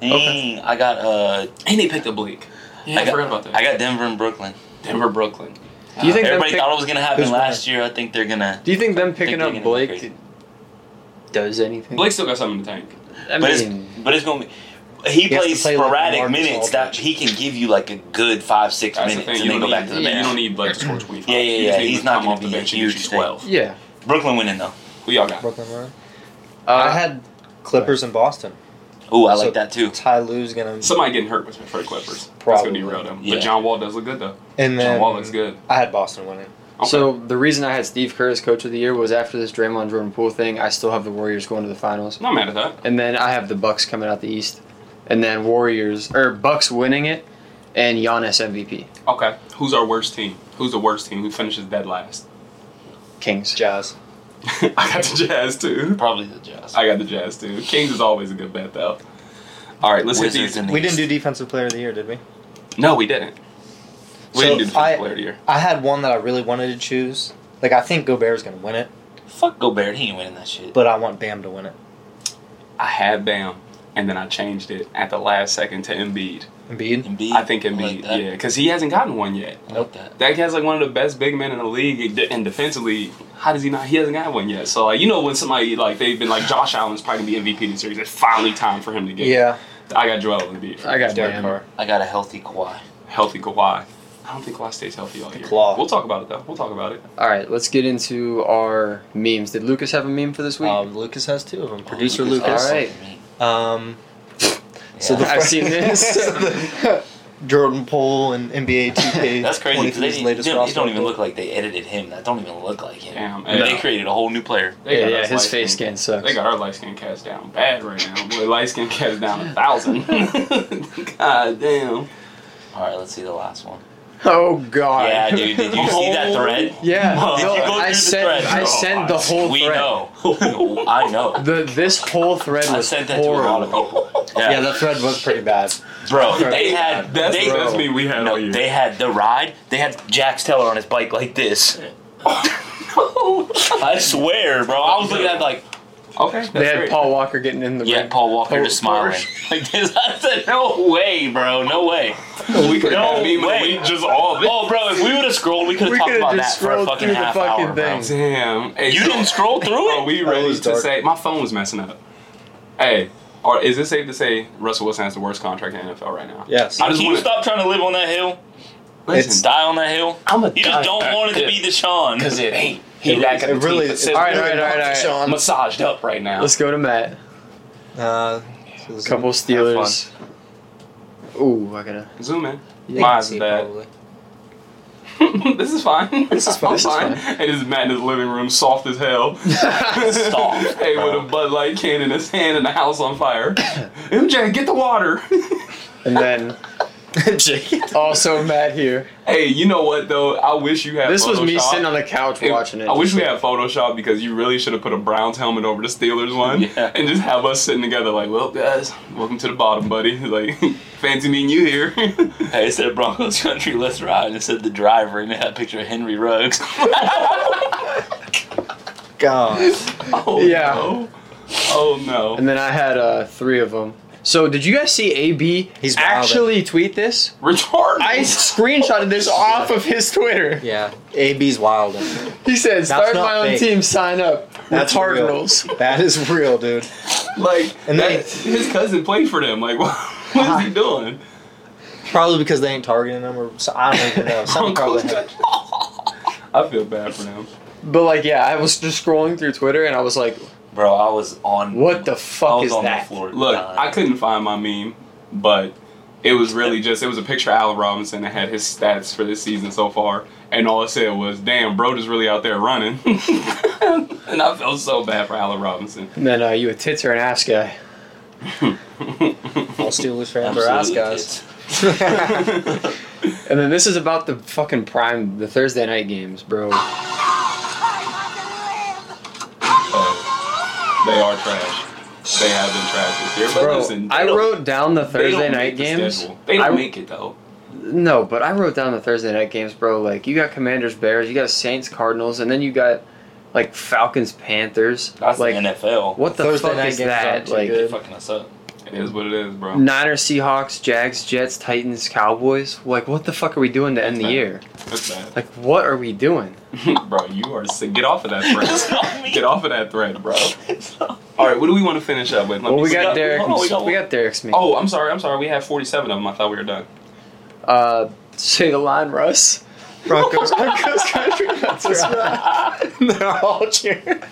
Speaker 1: Dang, I got uh,
Speaker 3: And they picked up Bleak. Yeah, I,
Speaker 1: got-
Speaker 3: forgot about that.
Speaker 1: I got Denver and Brooklyn.
Speaker 3: Denver, Brooklyn.
Speaker 2: Do you think them
Speaker 1: Uh, Everybody
Speaker 2: pick-
Speaker 1: thought it was gonna happen
Speaker 4: Who's
Speaker 1: last year. I think they're gonna.
Speaker 2: Do you think them picking
Speaker 1: they're
Speaker 2: up
Speaker 1: gonna
Speaker 2: Blake
Speaker 1: be
Speaker 2: does anything?
Speaker 3: Blake still got something to tank.
Speaker 2: I
Speaker 1: but
Speaker 2: mean-
Speaker 1: it's but it's gonna be. He,
Speaker 4: to
Speaker 1: plays
Speaker 4: play like
Speaker 1: sporadic
Speaker 4: Marcus
Speaker 1: minutes that
Speaker 4: Aldridge.
Speaker 1: he can give you like a good five six
Speaker 3: That's
Speaker 1: minutes
Speaker 3: the thing.
Speaker 1: and
Speaker 3: You
Speaker 1: then
Speaker 3: don't,
Speaker 1: go
Speaker 3: need,
Speaker 1: back to the
Speaker 3: you
Speaker 1: bench.
Speaker 3: don't need Blake to score 25.
Speaker 1: Yeah, yeah,
Speaker 3: You just
Speaker 1: yeah,
Speaker 3: need
Speaker 1: he's
Speaker 3: to
Speaker 1: not
Speaker 3: come
Speaker 1: gonna
Speaker 3: off the
Speaker 1: be a
Speaker 3: bench and get
Speaker 1: huge
Speaker 3: you
Speaker 1: thing.
Speaker 3: 12.
Speaker 2: yeah.
Speaker 1: Brooklyn winning though.
Speaker 3: Who y'all got?
Speaker 4: Brooklyn Run.
Speaker 2: Uh,
Speaker 4: I had Clippers in Boston.
Speaker 1: Oh, I like
Speaker 4: So-
Speaker 1: that too.
Speaker 4: Ty Lue's gonna.
Speaker 3: Somebody getting hurt was for the Clippers. That's
Speaker 4: Probably.
Speaker 3: gonna derail them.
Speaker 1: Yeah.
Speaker 3: But John Wall does look good though.
Speaker 4: and
Speaker 3: John
Speaker 4: then
Speaker 3: Wall looks good.
Speaker 4: I had Boston winning.
Speaker 3: Okay.
Speaker 2: So the reason I had Steve Kerr as coach of the year was after this Draymond Jordan Poole thing, I still have the Warriors going to the finals.
Speaker 3: I'm not mad at that.
Speaker 2: And then I have the Bucks coming out the East. And then Warriors or Bucks winning it and Giannis MVP.
Speaker 3: Okay. Who's our worst team? Who's the worst team? Who finishes dead last?
Speaker 2: Kings.
Speaker 4: Jazz.
Speaker 3: I got the Jazz too.
Speaker 1: Probably the Jazz.
Speaker 3: I got the Jazz too. Kings is always a good bet though. All right, let's hit
Speaker 1: Wizards
Speaker 3: these.
Speaker 1: and the
Speaker 4: We
Speaker 1: East.
Speaker 4: didn't do defensive player of the year, did we?
Speaker 3: No, we didn't. We
Speaker 4: So
Speaker 3: didn't do the
Speaker 4: I-
Speaker 3: fifth player of the year.
Speaker 4: I had one that I really wanted to choose. Like I think Gobert's gonna win it,
Speaker 1: Fuck Gobert. He ain't winning that shit.
Speaker 4: but I want Bam to win it.
Speaker 3: I had Bam, and then I changed it at the last second to Embiid.
Speaker 4: Embiid.
Speaker 1: Embiid,
Speaker 3: I think
Speaker 1: like
Speaker 3: Embiid,
Speaker 1: that.
Speaker 3: yeah, because he hasn't gotten one yet.
Speaker 1: I like that.
Speaker 3: That guy's like one of the best big men in the league, de- and defensively, how does he not? He hasn't got one yet. So like, you know, when somebody like they've been like Josh Allen's probably gonna be MVP this series, it's finally time for him to get. it.
Speaker 4: Yeah.
Speaker 3: I got Joel Embiid. for
Speaker 2: I got
Speaker 4: Derek
Speaker 2: Bam.
Speaker 4: Carr.
Speaker 1: I got a healthy Kawhi.
Speaker 3: healthy Kawhi. I don't think Kawhi stays healthy all year.
Speaker 4: claw.
Speaker 3: We'll talk about it though. We'll talk about it.
Speaker 2: All right, let's get into our memes. Did Lucas have a meme for this week?
Speaker 4: Um, Lucas has two of them. Producer
Speaker 1: Oh,
Speaker 4: Lucas.
Speaker 2: All right.
Speaker 4: Um, So the
Speaker 1: Yeah.
Speaker 2: I've seen this.
Speaker 4: so the Jordan Poole and NBA 2K.
Speaker 1: That's crazy. 'cause They,
Speaker 4: 23's
Speaker 1: didn't-
Speaker 4: latest
Speaker 1: they don't, they
Speaker 4: roster
Speaker 1: don't even
Speaker 4: update.
Speaker 1: look like they edited him. That don't even look like him.
Speaker 3: Damn.
Speaker 1: I mean, They
Speaker 3: No.
Speaker 1: created a whole new player.
Speaker 2: yeah,
Speaker 3: They got
Speaker 2: yeah,
Speaker 3: us
Speaker 2: his
Speaker 3: light
Speaker 2: face skin sucks.
Speaker 3: They got our light skin cats down bad right now. Boy, light skin cats down a thousand. God damn.
Speaker 1: All right, let's see the last one.
Speaker 2: Oh God.
Speaker 1: Yeah, dude. Did you see that thread?
Speaker 2: Yeah,
Speaker 1: Did you
Speaker 2: no,
Speaker 1: go through
Speaker 2: I
Speaker 1: the
Speaker 2: sent
Speaker 1: thread?
Speaker 2: I sent the whole
Speaker 1: we
Speaker 2: thread.
Speaker 1: know. I know.
Speaker 2: The this whole thread
Speaker 1: I
Speaker 2: was
Speaker 1: sent that to a lot of
Speaker 2: horrible.
Speaker 1: people.
Speaker 4: Yeah, the thread was pretty bad.
Speaker 1: bro. They had
Speaker 3: That's
Speaker 1: they,
Speaker 3: the best meme we had all
Speaker 1: no,
Speaker 3: year.
Speaker 1: they had the ride. They had Jax Teller on his bike like this. I swear, bro. I was looking at it like,
Speaker 3: Okay, that's
Speaker 2: They had
Speaker 3: great.
Speaker 2: Paul Walker getting in the
Speaker 1: yeah,
Speaker 2: ring. Oh,
Speaker 1: Paul Walker
Speaker 2: Paul-
Speaker 1: just smiling like this. I said, no way, bro. No way.
Speaker 3: We could
Speaker 1: No
Speaker 3: have meme of the
Speaker 1: way.
Speaker 3: week, just all of it.
Speaker 1: Oh, bro, if we would have scrolled, we could
Speaker 2: We
Speaker 1: have talked
Speaker 2: could've
Speaker 1: about that
Speaker 2: just
Speaker 1: for a
Speaker 2: scrolled
Speaker 1: fucking
Speaker 2: through the
Speaker 1: half
Speaker 2: fucking
Speaker 1: hour, bro.
Speaker 2: things.
Speaker 3: Damn. Hey,
Speaker 1: You
Speaker 3: so-
Speaker 1: didn't scroll
Speaker 3: Are
Speaker 1: through it?
Speaker 3: we
Speaker 4: That
Speaker 3: ready
Speaker 4: was
Speaker 3: to
Speaker 4: dark.
Speaker 3: say my phone was messing up? Hey, or is it safe to say Russell Wilson has the worst contract in the NFL right now?
Speaker 4: Yes.
Speaker 3: I
Speaker 1: Can
Speaker 3: just
Speaker 1: you
Speaker 3: wanna-
Speaker 1: stop trying to live on that hill?
Speaker 3: Listen,
Speaker 1: Die on that hill?
Speaker 3: I'm a
Speaker 1: You just don't want it to be Deshaun.
Speaker 3: because it ain't. He back
Speaker 4: it really-
Speaker 2: All right, all right, all right, all right.
Speaker 3: massaged up right now.
Speaker 2: Let's go to Matt.
Speaker 4: Uh, so this-
Speaker 2: Couple Steelers. Ooh, I gotta.
Speaker 3: Zoom in.
Speaker 4: you can
Speaker 3: Mine's
Speaker 4: see
Speaker 3: bad.
Speaker 4: probably.
Speaker 3: this is fine.
Speaker 2: This is fine,
Speaker 3: I'm
Speaker 2: this is
Speaker 3: fine.
Speaker 2: fine.
Speaker 3: And it's Matt in his living room, soft as hell.
Speaker 1: Soft,
Speaker 3: hey,
Speaker 1: bro.
Speaker 3: with a Bud Light can in his hand and the house on fire. MJ, get the water.
Speaker 2: And then also Matt here.
Speaker 3: hey, you know what though? I wish you had.
Speaker 2: This was me
Speaker 3: Photoshop.
Speaker 2: sitting on the couch
Speaker 3: It-
Speaker 2: watching it.
Speaker 3: I wish we had Photoshop because you really should have put a Browns helmet over the Steelers one
Speaker 1: Yeah.
Speaker 3: and just have us sitting together like, well, guys, welcome to the bottom, buddy. Like, fancy meeting you here.
Speaker 1: Hey, it said Broncos Country, let's ride. And it said the driver, and it had a picture of Henry Ruggs.
Speaker 4: God.
Speaker 3: oh,
Speaker 2: Yeah.
Speaker 3: No. Oh, no.
Speaker 2: And then I had uh, three of them. So did you guys see AB
Speaker 4: He's wild.
Speaker 2: actually
Speaker 1: eh?
Speaker 2: tweet this?
Speaker 3: Retarded.
Speaker 2: I screenshotted this off of his Twitter.
Speaker 4: Yeah. AB's wild.
Speaker 2: He said, "Start
Speaker 4: not
Speaker 2: my own
Speaker 4: fake.
Speaker 2: team. Sign up.
Speaker 4: That's
Speaker 2: That's
Speaker 4: real.
Speaker 2: Cardinals."
Speaker 4: That is real, dude.
Speaker 3: Like,
Speaker 4: And they-
Speaker 3: that- his cousin played for them. Like, what, what is he
Speaker 2: Uh-huh.
Speaker 3: doing?
Speaker 4: Probably because they ain't targeting them or so, I don't even know. Something probably.
Speaker 3: Uncle's
Speaker 4: happened.
Speaker 3: got- I feel bad for them.
Speaker 2: But like, yeah, I was just scrolling through Twitter and I was like,
Speaker 1: Bro, I was on.
Speaker 2: "What the
Speaker 1: I
Speaker 2: fuck
Speaker 1: was
Speaker 2: is
Speaker 1: on
Speaker 2: that?"
Speaker 1: the floor.
Speaker 3: Look,
Speaker 1: dying.
Speaker 3: I couldn't find my meme, but It was really just it was a picture of Al Robinson that had his stats for this season so far, and all it said was, "Damn, Broder's really out there running," and I felt so bad for Al Robinson.
Speaker 2: And then uh, you a tits or an ass guy.
Speaker 4: All Steelers fans are ass guys.
Speaker 1: kids.
Speaker 2: And then this is about the fucking prime, the Thursday night games, bro.
Speaker 3: Uh, they are trash. They have been trash this year. But
Speaker 2: Bro,
Speaker 3: listen, they
Speaker 2: I
Speaker 3: don't-
Speaker 2: wrote down the
Speaker 3: they don't
Speaker 2: Thursday
Speaker 3: make
Speaker 2: night
Speaker 3: the
Speaker 2: games.
Speaker 3: schedule. They don't
Speaker 2: I-
Speaker 3: make it though.
Speaker 2: No, but I wrote down the Thursday night games, bro. Like you got Commanders, Bears, you got Saints, Cardinals, and then you got like Falcons, Panthers.
Speaker 1: That's
Speaker 2: like
Speaker 1: the NFL.
Speaker 2: what the
Speaker 4: Thursday
Speaker 2: fuck
Speaker 4: night
Speaker 2: is
Speaker 4: games
Speaker 2: that?
Speaker 4: aren't too
Speaker 2: Like
Speaker 4: good.
Speaker 1: They're fucking us up.
Speaker 3: It is what it is, bro.
Speaker 2: Niners, Seahawks, Jags, Jets, Titans, Cowboys. Like what the fuck are we doing to end the
Speaker 3: That's
Speaker 2: year?
Speaker 3: That's bad.
Speaker 2: Like what are we doing?
Speaker 3: bro, you are sick. Get off of that thread.
Speaker 1: not me.
Speaker 3: Get off of that thread, bro.
Speaker 1: It's not-
Speaker 3: All right, what do we want to finish up with? Let
Speaker 2: Well,
Speaker 3: me
Speaker 2: we
Speaker 3: see.
Speaker 2: got
Speaker 1: got-
Speaker 2: Derek.
Speaker 1: hold on, we got
Speaker 2: We
Speaker 1: one.
Speaker 2: got Derek's meat.
Speaker 3: Oh, I'm sorry. I'm sorry. We had 47 of them. I thought we were done.
Speaker 2: Uh, say the line, Russ. Broncos, Broncos country. That's right. They're all cheering.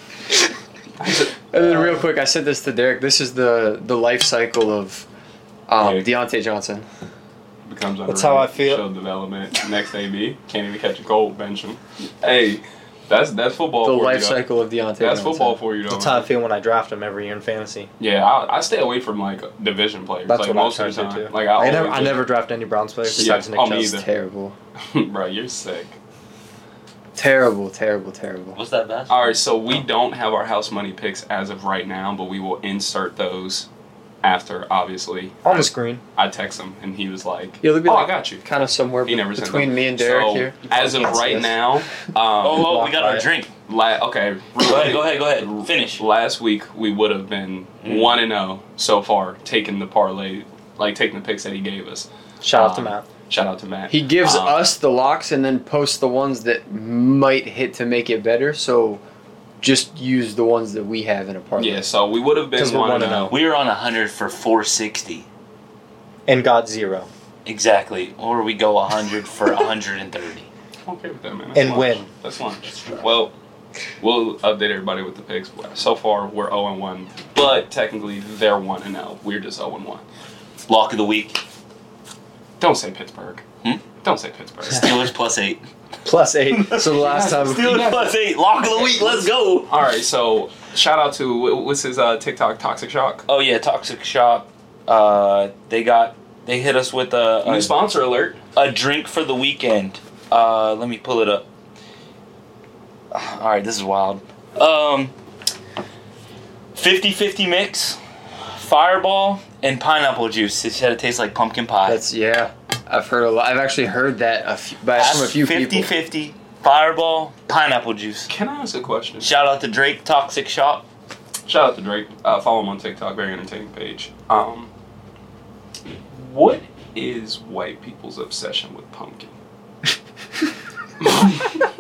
Speaker 2: And then, real quick, I said this to Derek. This is the the life cycle of um,
Speaker 3: Yeah.
Speaker 2: Deontay Johnson.
Speaker 3: Becomes
Speaker 4: That's how I
Speaker 3: underrated.
Speaker 4: feel.
Speaker 3: Show development. Next AB can't even catch a cold. Bench him. Hey, that's that's football.
Speaker 2: The
Speaker 3: for
Speaker 2: life
Speaker 3: you, though.
Speaker 2: cycle of Deontay.
Speaker 3: That's
Speaker 2: Johnson.
Speaker 3: football for you, though.
Speaker 4: That's how I feel when I draft him every year in fantasy.
Speaker 3: Yeah, I, I stay away from like division players.
Speaker 4: That's
Speaker 3: like
Speaker 4: what
Speaker 3: most
Speaker 4: I
Speaker 3: of
Speaker 4: try
Speaker 3: the
Speaker 4: to
Speaker 3: time.
Speaker 4: do.
Speaker 3: Like I,
Speaker 4: I, never,
Speaker 3: always
Speaker 4: I never draft any Browns players
Speaker 3: Yeah,
Speaker 4: besides
Speaker 3: oh,
Speaker 4: Nick
Speaker 3: me
Speaker 4: Chubb.
Speaker 3: either.
Speaker 2: Terrible,
Speaker 3: just- bro, you're sick.
Speaker 2: terrible, terrible, terrible.
Speaker 1: What's that best?
Speaker 3: All right, so we don't have our house money picks as of right now, but we will insert those after. Obviously,
Speaker 4: On the screen.
Speaker 3: I text him and he was like,
Speaker 2: Yeah, they'll be
Speaker 3: "Oh, I
Speaker 2: like-
Speaker 3: got you."
Speaker 2: Kind of somewhere
Speaker 3: He never sent
Speaker 2: between
Speaker 3: them.
Speaker 2: me and Derek
Speaker 3: so,
Speaker 2: here.
Speaker 3: As of right now, um,
Speaker 1: Oh, oh, we got
Speaker 4: Walk by
Speaker 1: our
Speaker 4: it.
Speaker 1: drink.
Speaker 3: la- okay.
Speaker 1: Go ahead, go Mm. ahead, go ahead. Finish.
Speaker 3: Last week we would have been one and zero so far, taking the parlay, like taking the picks that he gave us.
Speaker 4: Shout out to
Speaker 3: Um,
Speaker 4: Matt.
Speaker 3: Shout out to Matt.
Speaker 2: He gives
Speaker 3: Um,
Speaker 2: us the locks and then posts the ones that might hit to make it better. So just use the ones that we have in a parlay.
Speaker 3: Yeah, so we would have
Speaker 4: 'Cause
Speaker 3: been
Speaker 4: we're
Speaker 3: one and
Speaker 4: 1-0.
Speaker 2: oh.
Speaker 3: zero.
Speaker 1: We were on 100 for 460.
Speaker 4: And got zero.
Speaker 1: Exactly. Or we go 100 for 130.
Speaker 3: I'm oh. okay with that, man.
Speaker 4: And
Speaker 3: lunch.
Speaker 4: win.
Speaker 3: That's lunch. Well, we'll update everybody with the picks. So far, we're 0 and 1, but technically they're 1 and 0. We're just 0 and 1.
Speaker 1: Lock of the week.
Speaker 3: Don't say Pittsburgh.
Speaker 1: Hmm?
Speaker 3: Don't say Pittsburgh.
Speaker 1: Steelers plus eight.
Speaker 4: Plus eight.
Speaker 2: So the last time
Speaker 1: Steelers plus eight. Lock of the week. Let's go.
Speaker 3: All right, so shout out to wh- what's his uh, TikTok, Toxic Shock.
Speaker 1: Oh yeah, Toxic Shock. Uh, they got they hit us with a
Speaker 3: New
Speaker 1: a,
Speaker 3: sponsor alert.
Speaker 1: a drink for the weekend. Uh, let me pull it up. All right, this is wild. Um, 50-50 mix, Fireball and pineapple juice. It said it tastes like pumpkin pie.
Speaker 2: That's yeah. I've heard a lot. I've actually heard that a few, by from a few
Speaker 1: 50
Speaker 2: people.
Speaker 1: 50 Fireball pineapple juice.
Speaker 3: Can I ask a question?
Speaker 1: Shout out to Drake Toxic Shop.
Speaker 3: Shout out to Drake. Uh, follow him on TikTok. Very entertaining page. Um, what is white people's obsession with pumpkin?
Speaker 2: I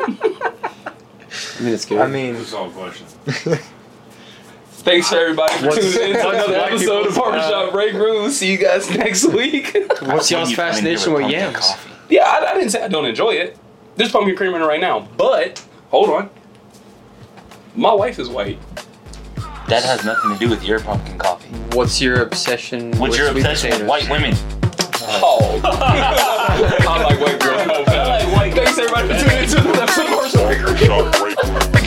Speaker 2: mean, it's good.
Speaker 4: I mean,
Speaker 5: It's all question.
Speaker 3: Thanks for everybody for
Speaker 2: What's-
Speaker 3: tuning in to
Speaker 2: what's
Speaker 3: another
Speaker 2: white
Speaker 3: episode of
Speaker 2: people's-
Speaker 3: Barbershop Break Room. See you guys next week.
Speaker 2: what's y'all's fascination with yams?
Speaker 3: yeah, I, I didn't say I don't enjoy it. There's pumpkin cream in it right now, but hold on. My wife is white.
Speaker 1: That has nothing to do with your pumpkin coffee.
Speaker 2: What's your obsession?
Speaker 1: What's
Speaker 2: with
Speaker 1: your
Speaker 2: sweet
Speaker 1: obsession with
Speaker 2: potatoes?
Speaker 1: white women?
Speaker 3: Oh. I like white girls. Thanks everybody for tuning in to another episode of Barbershop Break Room.